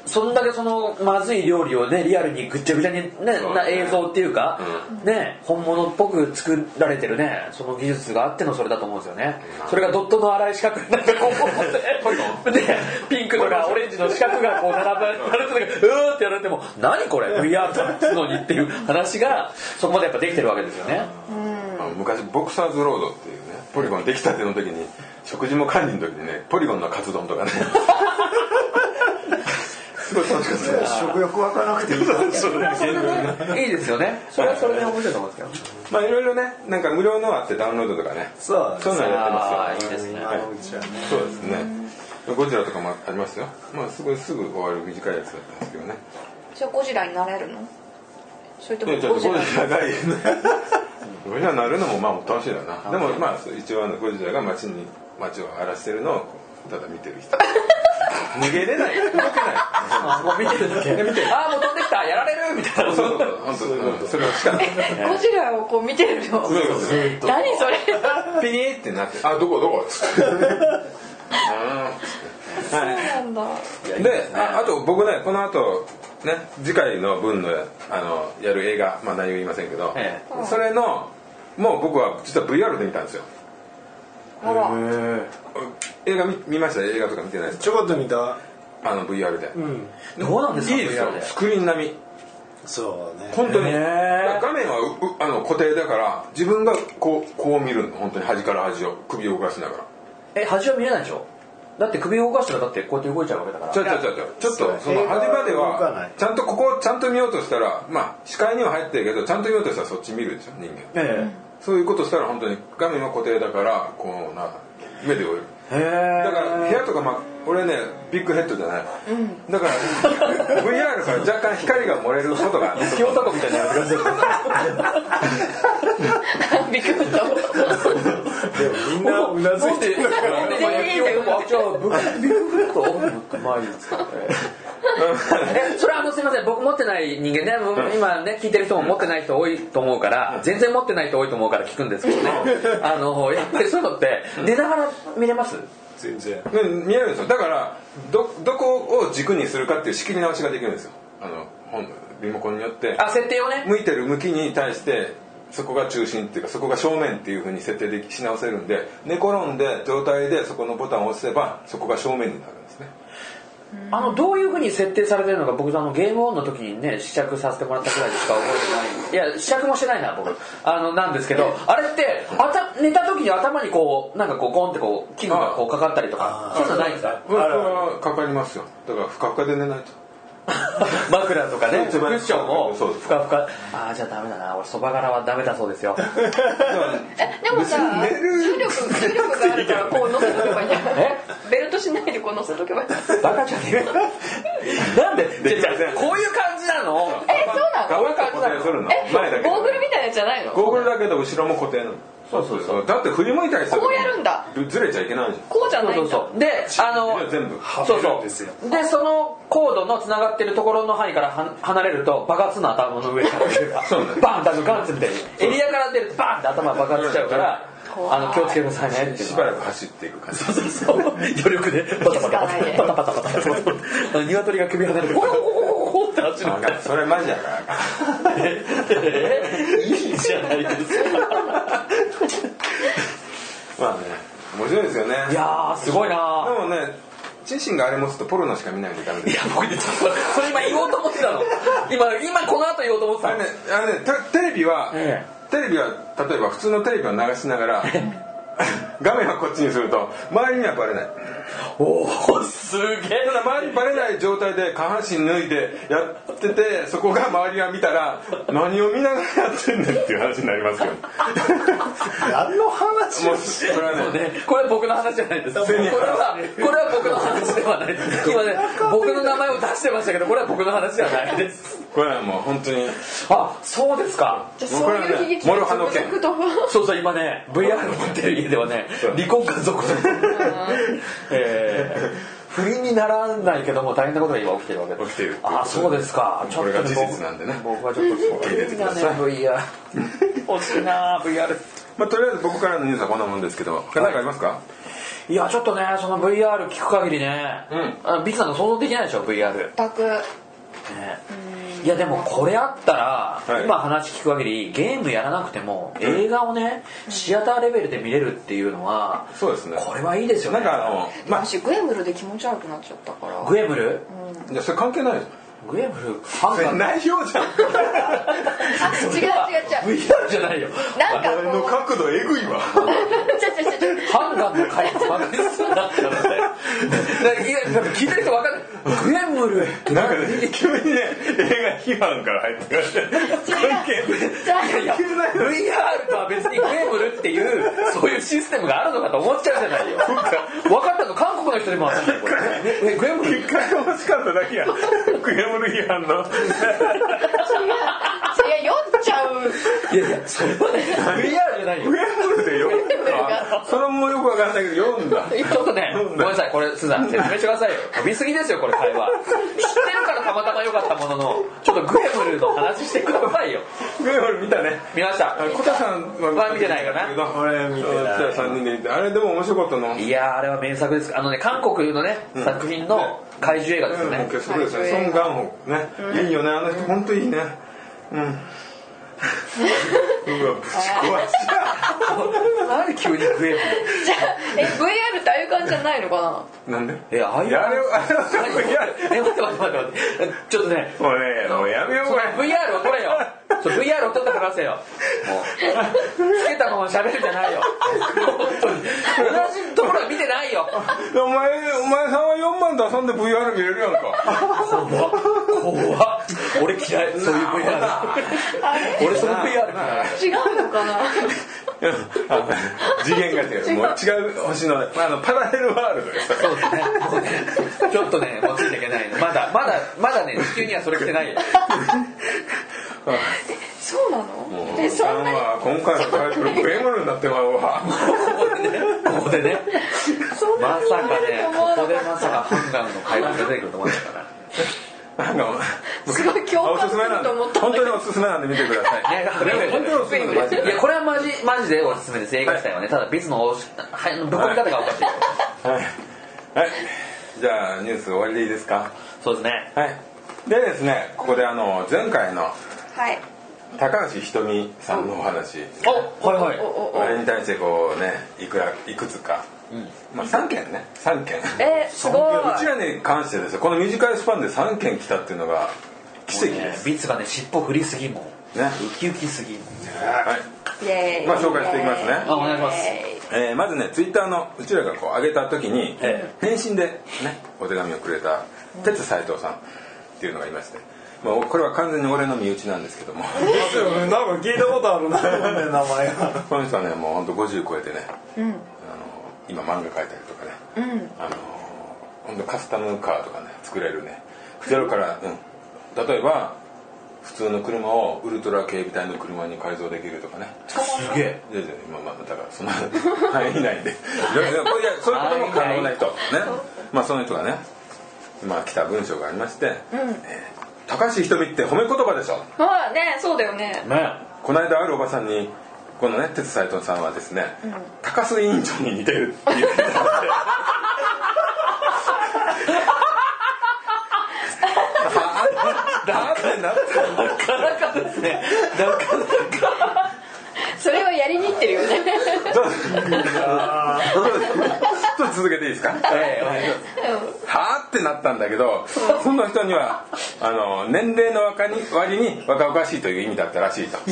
そんだけそのまずい料理をねリアルにぐっちゃぐちゃに、ね
そう
な映像っていうか、ね本物っぽく作られてるねその技術があってのそれだと思うんですよね、それがドットの荒い四角になんかこ [laughs] うでピンクとかオレンジの四角がこう並べられてる時うーってやられても「何これ VR とかっつうのに」っていう話がそこまでやっぱできてるわけですよね、
あの昔ボクサーズロードっていうねポリゴンできたての時に食事も管理の時にねポリゴンのカツ丼とか
[laughs]
ねすごい楽しかったです
食欲湧かなくていい
いいですよねそれはそれで面白いと思うんですけど
まあいろいろねなんか無料のあってダウンロードとかね
そう
そういうのやって
あ
ま
ーいいですね
今のうちはね
すよそうですねゴジラとかもありますよまあすごいすぐ終わる短いやつだったんですけどね
それゴジラになれるのそれと
い
も
やちょっ
ゴ
と
ジ
ゴ
ラ
ジラがいいね [laughs] ゴジラになるのもまあ楽しいだなでもまあ一応あのゴジラが街に街を荒らしてるのをこうただ見てる人 [laughs] 逃げれない動けない
あもう見てるだけああもう飛んできたやられるみ [laughs] たいな
そうそうそう本当うんそれをしかない
ゴジラをこう見てるの
そうそうそう
何それ
ピリってなってあどこどこつって
そうなんだ
でああと僕ねこの後ね次回の分のあのやる映画まあ内容言いませんけど、
え
それのもう僕は実は VR で見たんですよ
あら
映画見見ました映画とか見てないです
ちょこっと見た
あの VR で、
うん
どうなんですか
いいですよ
VR で
スクリーン並み
そうね
本当に
へ
だ
ー
から画面はううあの固定だから自分がこうこう見るの本当に端から端を首を動かしながら
え端は見れないでしょだって首動かしたらだってこうやって動いちゃうわけだから
ちょちょちょちょちょっとそ
映
の
画は
端まで
動かない
はちゃんとここをちゃんと見ようとしたらまあ視界には入ってるけどちゃんと見ようとしたらそっち見るでしょ人間
え
そういうことしたら本当に画面は固定だからこうな目で追える
えへえ
だから部屋とかまあ俺ねビッグヘッドじゃない、だから VR から若干光が漏れることがある
月男みたいなやつが
びっくりした
でもみんなうなずいてる
だからなんか野球でもあじゃあブッビッグフットまあいいですかえそれはあのすいません僕持ってない人間ね僕今ね聞いてる人も持ってない人多いと思うから全然持ってない人多いと思うから聞くんですけどねあのやっぱりそういうのって寝ながら見れます
全然
うん見えるんですよだからどどこを軸にするかっていう仕切り直しができるんですよあの本リモコンによって
あ設定をね
向いてる向きに対してそこが中心っていうかそこが正面っていうふうに設定できし直せるんで寝転んで状態でそこのボタンを押せばそこが正面になるんですね
あのどういうふうに設定されてるのか僕あのゲームオンの時にね試着させてもらったくらいしか覚えてないいや試着もしてないな僕あのなんですけどあれってあた寝た時に頭にこうなんかこうゴンってこう器具がこうかかったりとかそういうのないんですか
それはかかりますよだからふかふかで寝ないと
枕とかねク
そう
ッションを
そうそう
ふかふかああじゃあダメだな俺そば柄はダメだそうですよ
えでもさ重力重力があるからこう乗せとけばいいじゃん
え
ベルトしないでこう乗せとけばいい
バカじゃねえかなんでじゃあじゃあこういう感じなの
えそうな
ガ
の
バッと固定するの
え
前だけど
ゴーグルみたいなやつじゃないのこ
ゴーグルだけど後ろも固定なの
そうそうそう
だって振り向いたりする
こうやるんだ
ずれちゃいけないじ
うじゃ
そ
な
う
い
そうそ
んだ
うであ
ゃ
の
ん全部
そう
はめ
そ
るん
う
ですよ
でそのコードのつながってるところの範囲からは離れると爆発の頭の上からというか
そうなんです
バンってガンツみたいにエリアから出るとバンって頭爆発しちゃうから
怖い
あの気をつけてくださいねっていう
し
の
ば
は
らく走っていく感じ
そうそうそう余力でパタパタパタパタパタパタパタあの鶏が首離れてゴロゴロゴロゴロって走るから
それマジやから
えいいじゃないですか
まあね面白いですよね
いやーすごいなー
でもね自身があれ持つとポルノしか見ないでダメで
い
す
や僕ねちょっとそれ今言おうと思ってたの今今この後言おうと思って
あ
た
れ
の
ねあれねテテレビは、
え
テレビは例えば普通のテレビを流しながら [laughs] 画面はこっちにすると周りにはバレない
おおすげ
ただ周りにバレない状態で下半身脱いでやっててそこが周りが見たら何を見ながらやってんねんっていう話になりますけど
何の話
もうそれはね
えこれは僕の話じゃないですこれはこれは僕の話ではない [laughs] です今ね僕の名前を出してましたけどこれは僕の話ではないです
これはもう本当に
あそうですか
じゃあそういう悲劇
もろ刃の剣
続々と
そうそう今ね VR 持ってる家ではね離婚家族の [laughs] えー不倫にならないけども大変なことが今起きてるわけです
起きてる
あそうですかちょっとね
これが事実なんでね
僕僕はちょっとそう
入れてください
VR 欲しいな VR
まあとりあえず僕からのニュースはこんなもんですけど他何かありますか、
いやちょっとねその VR 聞く限りね、
うん
あのビキさんが想像できないでしょ VR、ね、
全く
いやでもこれあったら、
はい
今話聞く限りゲームやらなくても映画をね、シアターレベルで見れるっていうのは
そうですね
これはいいですよ
な
ね
んかあのまあ
私グエムルで気持ち悪くなっちゃったから
グエムル
いやそれ関係ないじ
グエムルファン
ゃん
が
内容じゃん
あ違う違う違う
VR じゃないよ
なんか
あの
こ
角度えぐいわ
う違う違う違う
ハンガンの開発ばかりするんだったらねだ [laughs] からいやだって聞いてる人分かんないグエムル
なんかね急にね映画批判から入ってました関係ない
じゃあ
いやいや VR とは別にゲームルっていうそういうシステムがあるのかと思っちゃうじゃないよ分かったの韓国の人にも分かんないこれえゲームル
一回欲しかっただけやクレムル批判の
そりゃ酔っちゃう
いやいやそれはね VR じゃないよ
クレムルで読
グエムルが
それもよくわかんないけど読んだ
ちょっとねごめんなさいこれスザン説明してくださいよ飛びすぎですよこれ会話知ってるからたまたま良かったもののちょっとグエムルの話してくださいよ
クレムル見たね
見ました
コタさん
ま
は
あ見てないかな
俺見てない
じゃあ三人で見てあれでも面白かったの
いやーあれは名作ですあのね韓国のね、作品の怪獣映画ですよね、
うんすごいですねソン・ガンホねいいよねあの人本当いいね [laughs] うんうわぶち壊し
何急にグエムル
じゃあえ VR ってああいう感じじゃないのかな
たなんで
いや、ああいう
いやあれはあれは
何
いや
え、待って待って待って待って。ちょっとね、
もうねもうやめよう
そ
こ
の
れ
VR を取れよ。そう VR を取って話せよ。もう。つけたまま喋るんじゃないよ。本当に。同じところは見てないよ。
お前お前さんは4万と遊んで VR 見れるやんか
怖っ。怖っ。俺嫌い、そういう VR。俺その VR 嫌い。
違うのかな
次元が違うもう違う星のまああのパラレルワールドです
そうですね。もうねちょっとね、もうついていけないね。まだ、まだ、まだね、地球にはそれ来てないよ。
そうなのえそんなに
今回のタイトルグエムルになってまうわ
ここでね。
そんな
ま
に
さか
言われる
ね
と、思わ
こ
な
こで
かっ
まさかハンガンの会話が出てくると思わなかったから。
なん
[laughs]
か
たすごい共
お
感
す
す
すめな
る
んで
と思った
本当におすすめなんで見てください
いやこれは本当におすすめですいやこれはマジマジでおすすめです映画自体はね、ただ別のおしはいぶっ込み方がおか [laughs] しい、
はい、はい、じゃあニュース終わりでいいですか
そうですね
はいでですねここであの前回の
はい
高橋ひとみさんのお話
おはいはい
おおお
あれに対してこうねいくらいくつか、まあ、3件ね3件
えすごいう
ちらに関してですよこの短いスパンで3件来たっていうのが奇跡
ね
です、
ビッツがね尻尾振りすぎも
ね
ウキウキすぎも
はい
イエーイ
まあ紹介していきますね
あお願いします
イエ
えーまずねツイッターのうちらがこう上げた時に
え
返信でねお手紙をくれた哲斎藤さんっていうのがいまして、まあ、これは完全に俺の身内なんですけども
ですよねなんか聞いたことあるな名前が
この人はねもうほんと50超えてね
うん
あの今漫画描いたりとかね
うん
あのほんとカスタムカーとかね作れるねゼロから、うん、例えば普通の車をウルトラ警備隊の車に改造できるとかね
捕まんの
すげえいやいや今まあだからその [laughs] 範囲内でいやいやこれいやそういうことも可能な人ねまあその人がねまあ来た文章がありまして、えー高橋ひとみって褒め言葉でしょ
あねそうだよね
ね
この間あるおばさんにこのね鉄斎藤さんはですね、高須委員長に似てるって言ってたのでああってなって
それはやりにいってるよね
ちょっと続けていいですか
ええ
はあってなったんだけどその人にはあの年齢の若に割に若々しいという意味だったらしいと
そう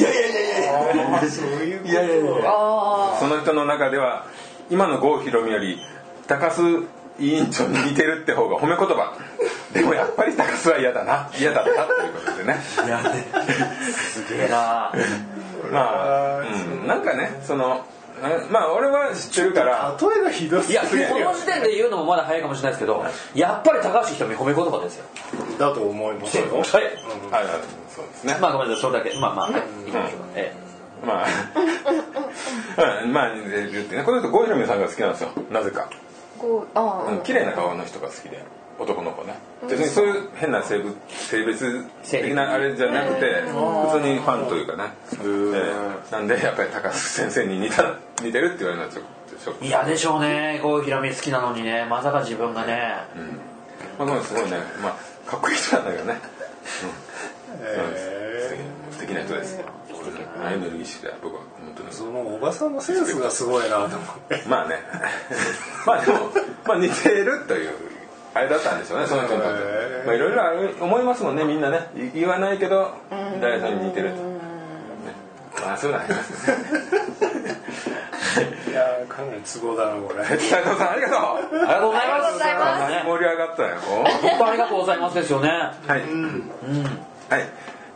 いうこといやいやいや
あ
その人の中では今の郷ひろみより高須委員長に似てるって方が褒め言葉 [laughs] でもやっぱり高須は嫌だな嫌だったということでね
すげえな
まあ、うん、なんかねそのえまあ俺は知ってるから
例えがひどす
い
ぎ
や
る
この時点で言うのもまだ早いかもしれないですけどやっぱり高橋ひとみ褒め言葉ですよ
だと思いますよ
はい
はいはいそうですね
まあごめんなさいそれだけまあまあはい行きましょうえ
まあ [laughs] うんまあ似てるってねこの人郷ひろみさんが好きなんですよなぜか。
ーこうあー
うん綺麗な顔の人が好きで男の子ね別にそういう変な性別性別的なあれじゃなくて普通にファンというかね、えーなんでやっぱり高須先生に似た似てるって言われるのはちょっとショッ
え
ク
いやでしょうね郷ひろみ好きなのにねまさか自分がね
まあでもすごいね、まあ、かっこいい人なんだけどね素敵
え
素敵な人ですよ、うんエネルギッシュで僕は本当に
ーそのおばさんのセンスがすごいなと思って
まあね [laughs] まあでも、まあ、似てるというあれだったんでしょうねその人にとって
へー
まあいろいろある思いますもんねみんなねい言わないけど誰かに似てると、ねまあそういうのありますね
いやーかなり都合だなこれ
斉藤さんありがと
ありがとうございます
ありがとうございます
なんか
う
ね
盛り上がったよ
本当ありがとうございますですよね
はい、はい、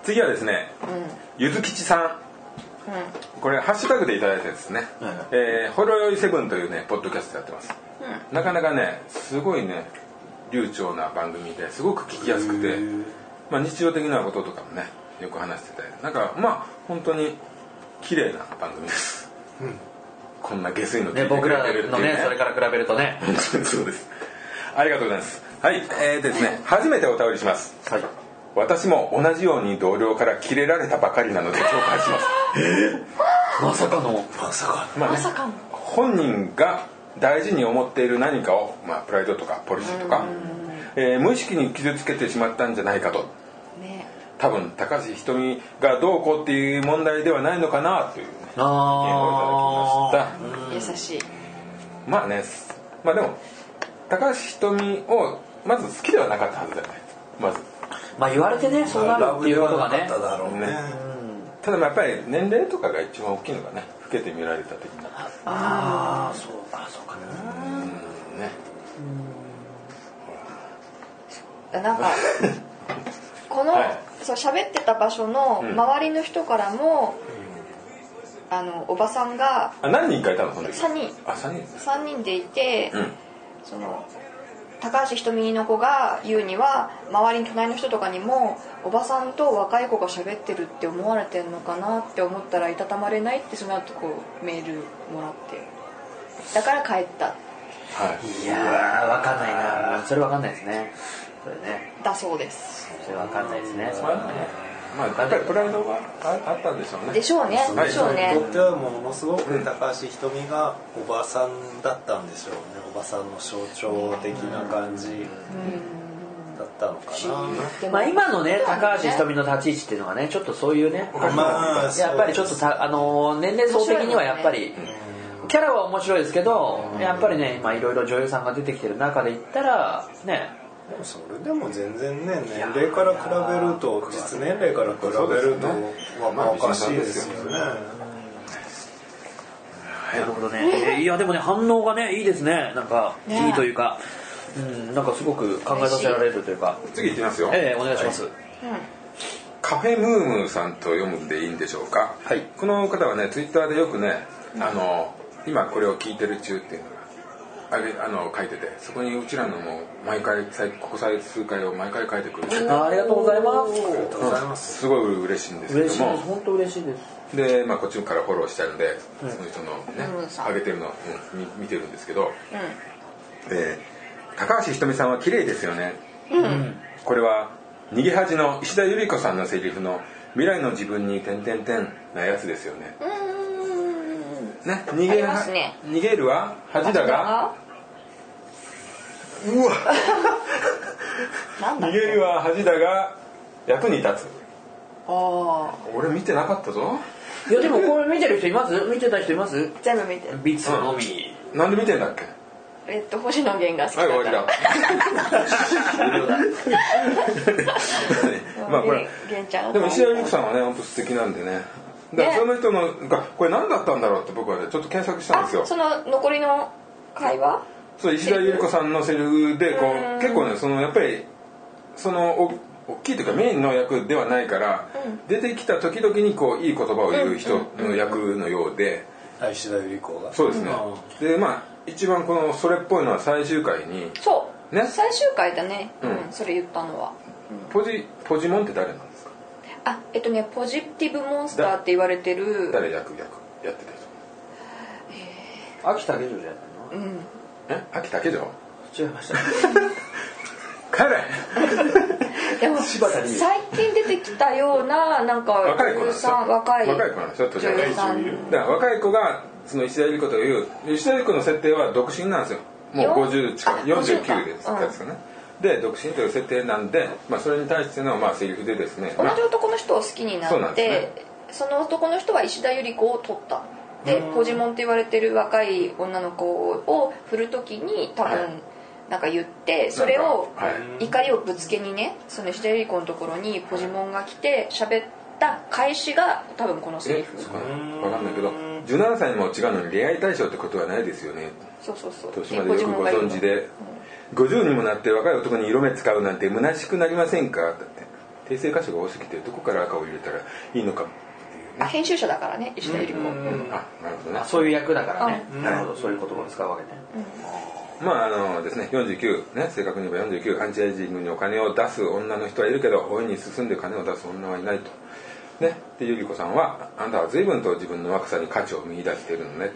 次はですね、ゆずきちさん、これハッシュタグでいただいてですね、
はい
えーほろよいセブンというねポッドキャストやってます、なかなかねすごいね流暢な番組ですごく聞きやすくて、まあ、日常的なこととかもねよく話しててなんかまあ本当に綺麗な番組です、こんな下水の聞
ね
いて
僕
くれ
ら
てるっていう
のねそれから比べるとね
本当に [laughs] そうですありがとうございますはいえーですね初めてお便りします
はい
私も同じように同僚からキレられたばかり
[laughs]
なので紹介します
まさかの
まさか
まあ
ま
ね
さかの
本人が大事に思っている何かを、まあ、プライドとかポリシーとか、えー無意識に傷つけてしまったんじゃないかと
ね
多分高橋ひとみがどうこうっていう問題ではないのかなというね意見をい
あ
た
ー
だきました
優しい
まあねまあでも高橋ひとみをまず好きではなかったはずだよねまず
まあ言われてねそうなるっていうことがね
ラブではなかっただろうね
ねただまあやっぱり年齢とかが一番大きいのがね老けて見られた的な
ああそうあそうか
ね
な
[laughs]
んかこの、
はい
そう喋ってた場所の
ん
周りの人からも、あのおばさんが
あ何人かいたのその時
3人
あ三人
3人でいて、
うん
その高橋ひとみの子が言うには周りの隣の人とかにもおばさんと若い子が喋ってるって思われてんのかなって思ったらいたたまれないってその後こうメールもらってだから帰った
はい
いやーわかんないなそれわかんないですねそれね
だそうです
それわかんないですねそれはね
まあやっぱりプライドがああったんでしょうね
でしょうね
はい
でしょうね
とってはものすごく高橋ひとみがおばさんだったんでしょうねおばさんの象徴的な感じだったのか
でも
まあ今のね高橋ひとみの立ち位置っていうのがねちょっとそういうね
なまあ
やっぱりちょっとさあのー年齢層的にはやっぱりキャラは面白いですけどやっぱりね今いろいろ女優さんが出てきてる中で言ったらね
でもそれでも全然ね年齢から比べると実年齢から比べるとはまあおかしいですよね
なるほどねいやでもね反応がねいいですねなんか
ね
いいというかうん、なんかすごく考えさせられるというか
次いきますよ、
ええお願いします、
カフェムームーさんと読むんでいいんでしょうか、
はい
この方はねツイッターでよくね、あの今これを聞いてる中っていうのがあれあの書いててそこにうちらのもう毎回最ここ最数回を毎回書いてくれて
あありがとうございます
りがとうございます
すごい嬉しいんですけ
嬉
ど
しいです
も
本当嬉しいです
で、まあ、こっちからフォローしてあるんで、その人のね、
うんさん
上げてるのを、うんみ見てるんですけど、
う
えー高橋ひとみさんは綺麗ですよね、これは逃げ恥の石田ゆり子さんのセリフの「未来の自分に点点点」なやつですよね。
んうん
ね、逃
あ
げ
りま
は
すね
逃げるは恥だがうわ
なんだ
逃げるは恥だが役に立つ
あ
俺見てなかったぞ
いやでもこれ見てる人います見てた人います
あ全部見て
ビッツのみ、
なんで見てんだっけ
えっと星野源が好きだ
はい
から
終わ
[laughs]
りだまあこれ
源ちゃん
でも石田ゆり子さんはね本当素敵なんでねだから
ね
その人のがこれ何だったんだろうって僕はねちょっと検索したんですよ
あその残りの会話
そう石田ゆり子さんのセリフでこ
う
うん結構ねそのやっぱりそのお大きいというかメインの役ではないから、
うん
出てきた時々にこういい言葉を言う人の役のようで、
あ石田ゆり子が
そうですね、でまあ一番このそれっぽいのは最終回に
そう、
ね
最終回だね、
う
うんんそれ言ったのは
ポジポジモンって誰なんですか
あえっとねポジティブモンスターって言われてる
誰役役やってた
秋田劇場じゃない
うん
人え秋竹城
の違いました
帰れ
でも
柴田理恵
最近出てきたようななんか
若い子なん
女優
です
さ
よ
ん若い
若い子なんですよ年
女
上
優さ
だ
ん
から若い子がその石田ゆり子という石田ゆり子の設定は独身なんですよもう50近く
あ
49
49
ですですかね、で独身という設定なんで、まあ、それに対してのまあセリフでですね、
同
まあ
じ男の人を好きにな
そうなん
っ
で
てそ,、の男の人は石田ゆり子を取ったでポジモンって言われてる若い女の子を振る時に多
はい
分なんか言ってそれを
なんかはい
怒りをぶつけにねその石田ゆり子のところにポジモンが来て喋った返しが多分このセリ
え
フ
そうかなわかんないけど17歳も違うのに恋愛対象ってことはないですよね
そうそうそう
年までよくご存知で50にもなって若い男に色目使うなんて虚しくなりませんかだって訂正箇所が多すぎてどこから赤を入れたらいいのかっていう
あ
ね
編集者だからね石田ゆり子
あなるほどね
あそういう役だからね、なるほどそういう言葉を使うわけね、
まああのですね49ね正確に言えば49アンチエイジングにお金を出す女の人はいるけど大いに進んで金を出す女はいないと。ね、でゆり子さんは「あんたは随分と自分の若さに価値を見出しているのね」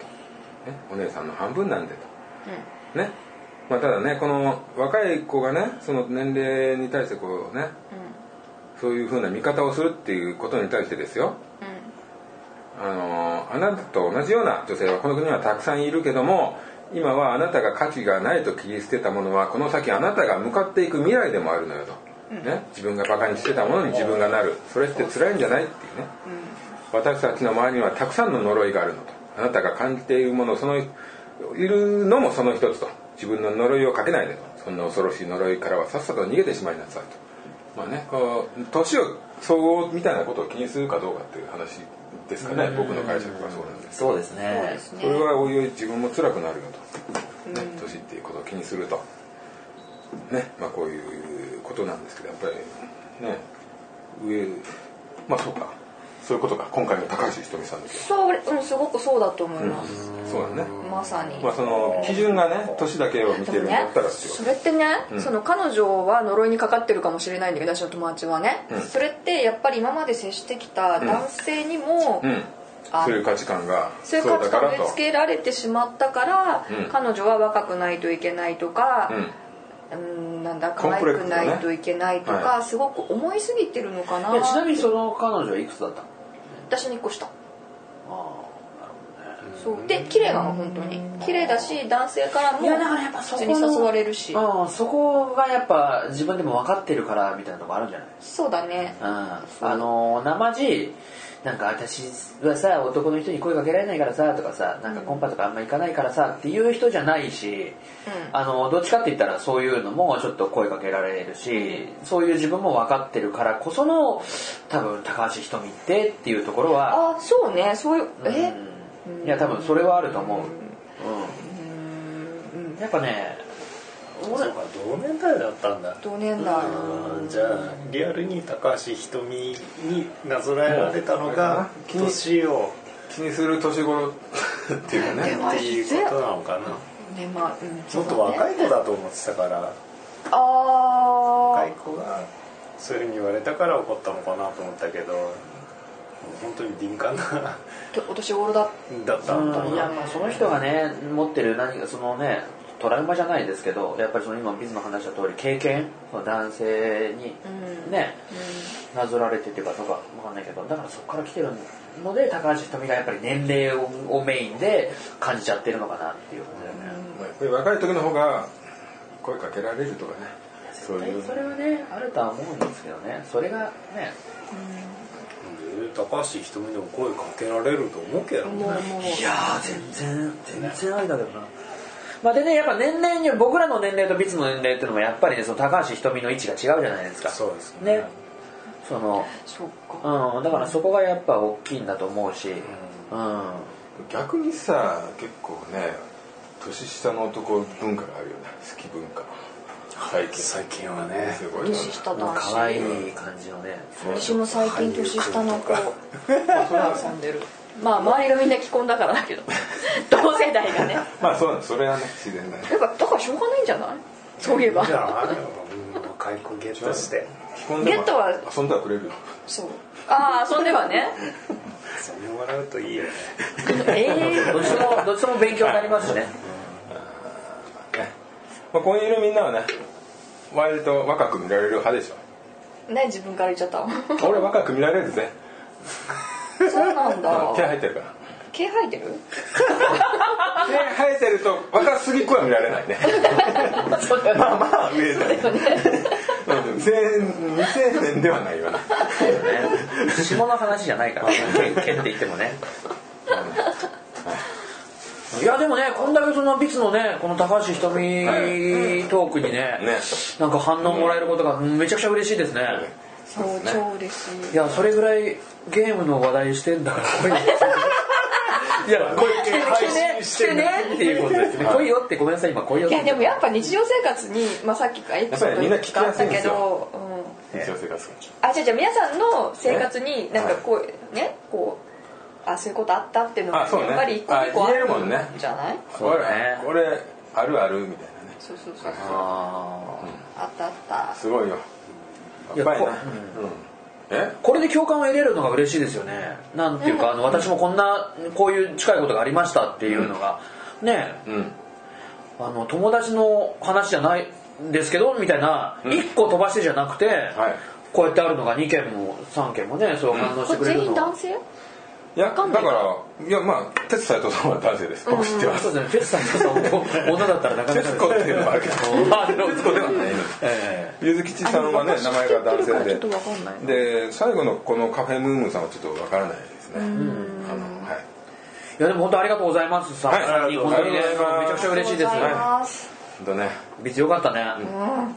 と、ね「お姉さんの半分なんで」と、ねまあ、ただねこの若い子がねその年齢に対してこうね、そういうふうな見方をするっていうことに対してですよ、あのあなたと同じような女性はこの国にはたくさんいるけども今はあなたが価値がないと切り捨てたものはこの先あなたが向かっていく未来でもあるのよと、ね、自分がバカにしてたものに自分がなるそれって辛いんじゃないっていうね、私たちの周りにはたくさんの呪いがあるのとあなたが感じているものそのいるのもその一つと自分の呪いをかけないでとそんな恐ろしい呪いからはさっさと逃げてしまいなさいとまあねこう年を総合みたいなことを気にするかどうかっていう話ですかね僕の解釈はそうなんです
そうです
そう
ね
です
それ
ね
はおいおい自分も辛くなるよと、ね、年っていうことを気にするとねまあこういうことなんですけどやっぱりね上まあそうかそういうことか今回の高橋ひとみさんですよ
そううんすごくそうだと思います
そうだね。
まさに
まあその基準がね、年だけを見て
で
るん
も
だ
ね
ったらっていうこ
それってね、その彼女は呪いにかかってるかもしれないんだけど私の友達はね、
ん
それってやっぱり今まで接してきた男性にも、
と。うん。
あ
そういう価値観が
そういう
そ
価
うだか
値観を
ら
植え
と
付。けられてしまったから、
うん
彼女は若くないといけないとか、
うん。
うーん、なんだ
コ
可
ン
愛
プレック
く
スだ
な
ね
いといけないとか、
は
すごく思いすぎてるのかない
やちなみにその彼女はいくつだったの
私に越した
ああなる
そうで綺麗なの本当に綺麗だし男性からも
いやだからやっぱそ
普
こ
通
の
に誘われるし
ほどねうんそこがやっぱ自分でも分かってるからみたいなとこあるんじゃない
そうだね
うんあの生地なんか私はさ男の人に声かけられないからさとかさなんかコンパとかあんま行かないからさっていう人じゃないし、
うん
あのどっちかって言ったらそういうのもちょっと声かけられるしそういう自分も分かってるからこその多分高橋ひとみってっていうところは
あそうねそういうえ、
うんいや多分それはあると思う、うんやっぱね
どう
そ
だ
うか同年代だったんだ
同年代
うんじゃあリアルに高橋ひとみになぞらえられたのが
うん
年を
気にする年頃っていうかね
っていうことなのかな
ねまあうん
もっと若い子だと思ってたから若い
あ
子がそういうふうに言われたから怒ったのかなと思ったけど本当に敏感な
あお年頃だ
だったのか
うんいや
な
まあその人がね持ってる何かそのねトラウマじゃないですけどやっぱりその今水野話した通り経験その男性に
うん
ね、
う
なぞられてっていうかとかわかんないけどだからそこから来てるので高橋ひとみがやっぱり年齢ををメインで感じちゃってるのかなっていうことだよね、
まあやっぱり若い時の方が声かけられるとかねそういう
それはねあるとは思うんですけどねそれがね
で高橋ひとみでも声かけられると思うけど
もうも
ね
う
いやー全然全然ありだけどなまあでねやっぱ年齢に僕らの年齢とビツの年齢っていうのもやっぱりねその高橋ひとみの位置が違うじゃないですか
そうですね
その
そっか
うんだからそこがやっぱ大きいんだと思うしうん、
逆にさ結構ね年下の男文化があるよね好き文化最近
最近はね
すごいよね
年下
もう
男
可愛
子
い感じのね
私も最近年下の子
俳
遊
優
んでるまあ周りがみんな既婚だからだけど同世代がねや
まあそうなんですそれはね自然だね
っぱだからしょうがないんじゃないそういえば
じゃあうん若い子ゲットして
既婚でも
ゲットは
遊んだらくれる
そうああ遊んではね
遊んでもらうといいよ [laughs] ね
え
どっちもどっちも勉強になります [laughs] しね
まあここにいるみんなはね割と若く見られる派でしょ
え何自分から言っちゃったの
俺若く見られるぜ
そうなん
[laughs] 毛
だ
生えてるから
毛生えてる
毛生えてると若すぎくは見られないねまあまあ上だねうん未成年ではないよな
ね下の話じゃないからねけけって言ってもねいやでもねこんだけそのビツのねこの高橋ひとみトークにね
ね
なんか反応もらえることがめちゃくちゃ嬉しいですね
そう超嬉しい
いやそれぐらいゲームの話題してんだから来いよいやこれ
配
来てね
信
来
して
て
ん
ね
だ
っていうことです [laughs] ね来いよってごめんなさい今来いよっ
い
て
やでもやっぱ日常生活に、まあ、さっきからエピソード
やっぱりみんな聞きやすいんですよ
あったけど、
日常生活が
うん、あじゃあじゃあ皆さんの生活になんかこうねこうあそういうことあったっていうのが
あそうね
やっぱり一個一個
あ
あ
言え
る
るもんね
じゃない
そうね
これあるあるみたいなね
そうそうそう
あ
あったあった
すごいよ
い
や
や
っぱりな
こ
うんえ
ーこれで共感を得れるのが嬉しいですよねなんていうかあの私もこんなこういう近いことがありましたっていうのがね
うん
あの友達の話じゃないんですけどみたいな、一1個飛ばしてじゃなくて、こうやってあるのが2件も3件もねそう反応し
こ
てくれる
れ全
の、
員男性
いやだか
んないから
いやまあ哲斎藤さんは男性です僕知ってます
そうですねフェスさんとさ女だったらなかなか
徹子っていうのもあるけど徹子ではないの
え
ゆずきちさんはね名前が男性
ちょ
で
っとわかんない
で最後のこのカフェムームーさんはちょっとわからないですねあのはい
えいやでも本当ありがとうございますさ、
はい
三人本当にね
ありがとうございます
めちゃくちゃ嬉しいです
ありがとうございます
ほんとね
別よかったね、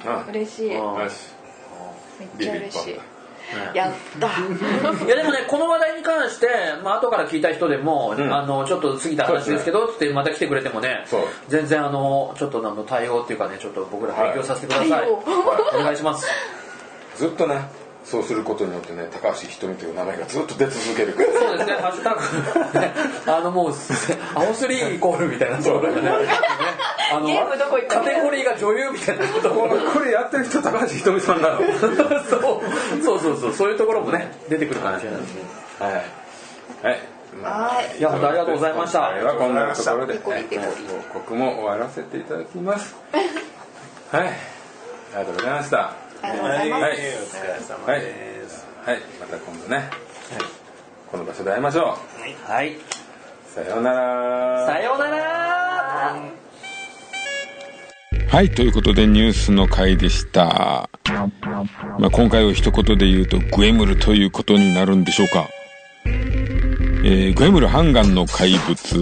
うん
嬉しいめっ
うん
よし
ちゃ嬉しい
ビビ
や [laughs] った
いやでもねこの話題に関して、まあ後から聞いた人でも、
ん
あのちょっと過ぎた話ですけどってまた来てくれてもね
そう
全然あのちょっとあの対応っていうかねちょっと僕ら勉強させてください、
はい
お願いします
ずっとねそうすることによってね高橋ひとみという名前がずっと出続けるから
そうですね、ハッシュタグ、 [laughs] あのもう、青スリーイコールみたいなところ
[laughs]
がね、あ
ゲームどこ行った
カ
の
テゴリーが女優みたいなところ
これやってる人高橋ひとみさん
[laughs]
なのはい
そうそうそうそう、そういうところもね、出てくるかもしれないですね。
はい
はい
いや、本当ありがとうございました。
今回はこんなところで、
ペコリペコリ
報告も終わらせていただきます。はい、ありがとうございました。
ありがとうございます
は
はいい
お疲れ様です
はい、また今度ね、この場所で会いましょ
はい、
う。さようなら。
さようなら
はい、ということでニュースの回でした。まあ、今回を一言で言うとグエムルということになるんでしょうか。えーグエムル・ハンガンの怪物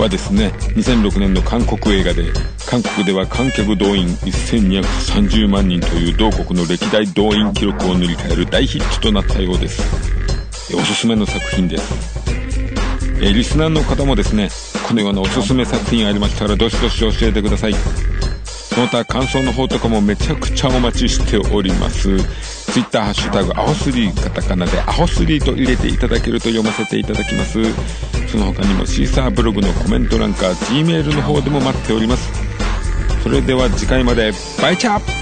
はですね、2006年の韓国映画で、韓国では観客動員1230万人という同国の歴代動員記録を塗り替える大ヒットとなったようです。えーおすすめの作品です。えーリスナーの方もですね、このようなおすすめ作品ありましたらどしどし教えてください。その他感想の方とかもめちゃくちゃお待ちしておりますツイッターハッシュタグアホスリーカタカナでアホスリーと入れていただけると読ませていただきますその他にもシーサーブログのコメント欄か G メールの方でも待っておりますそれでは次回までバイチャー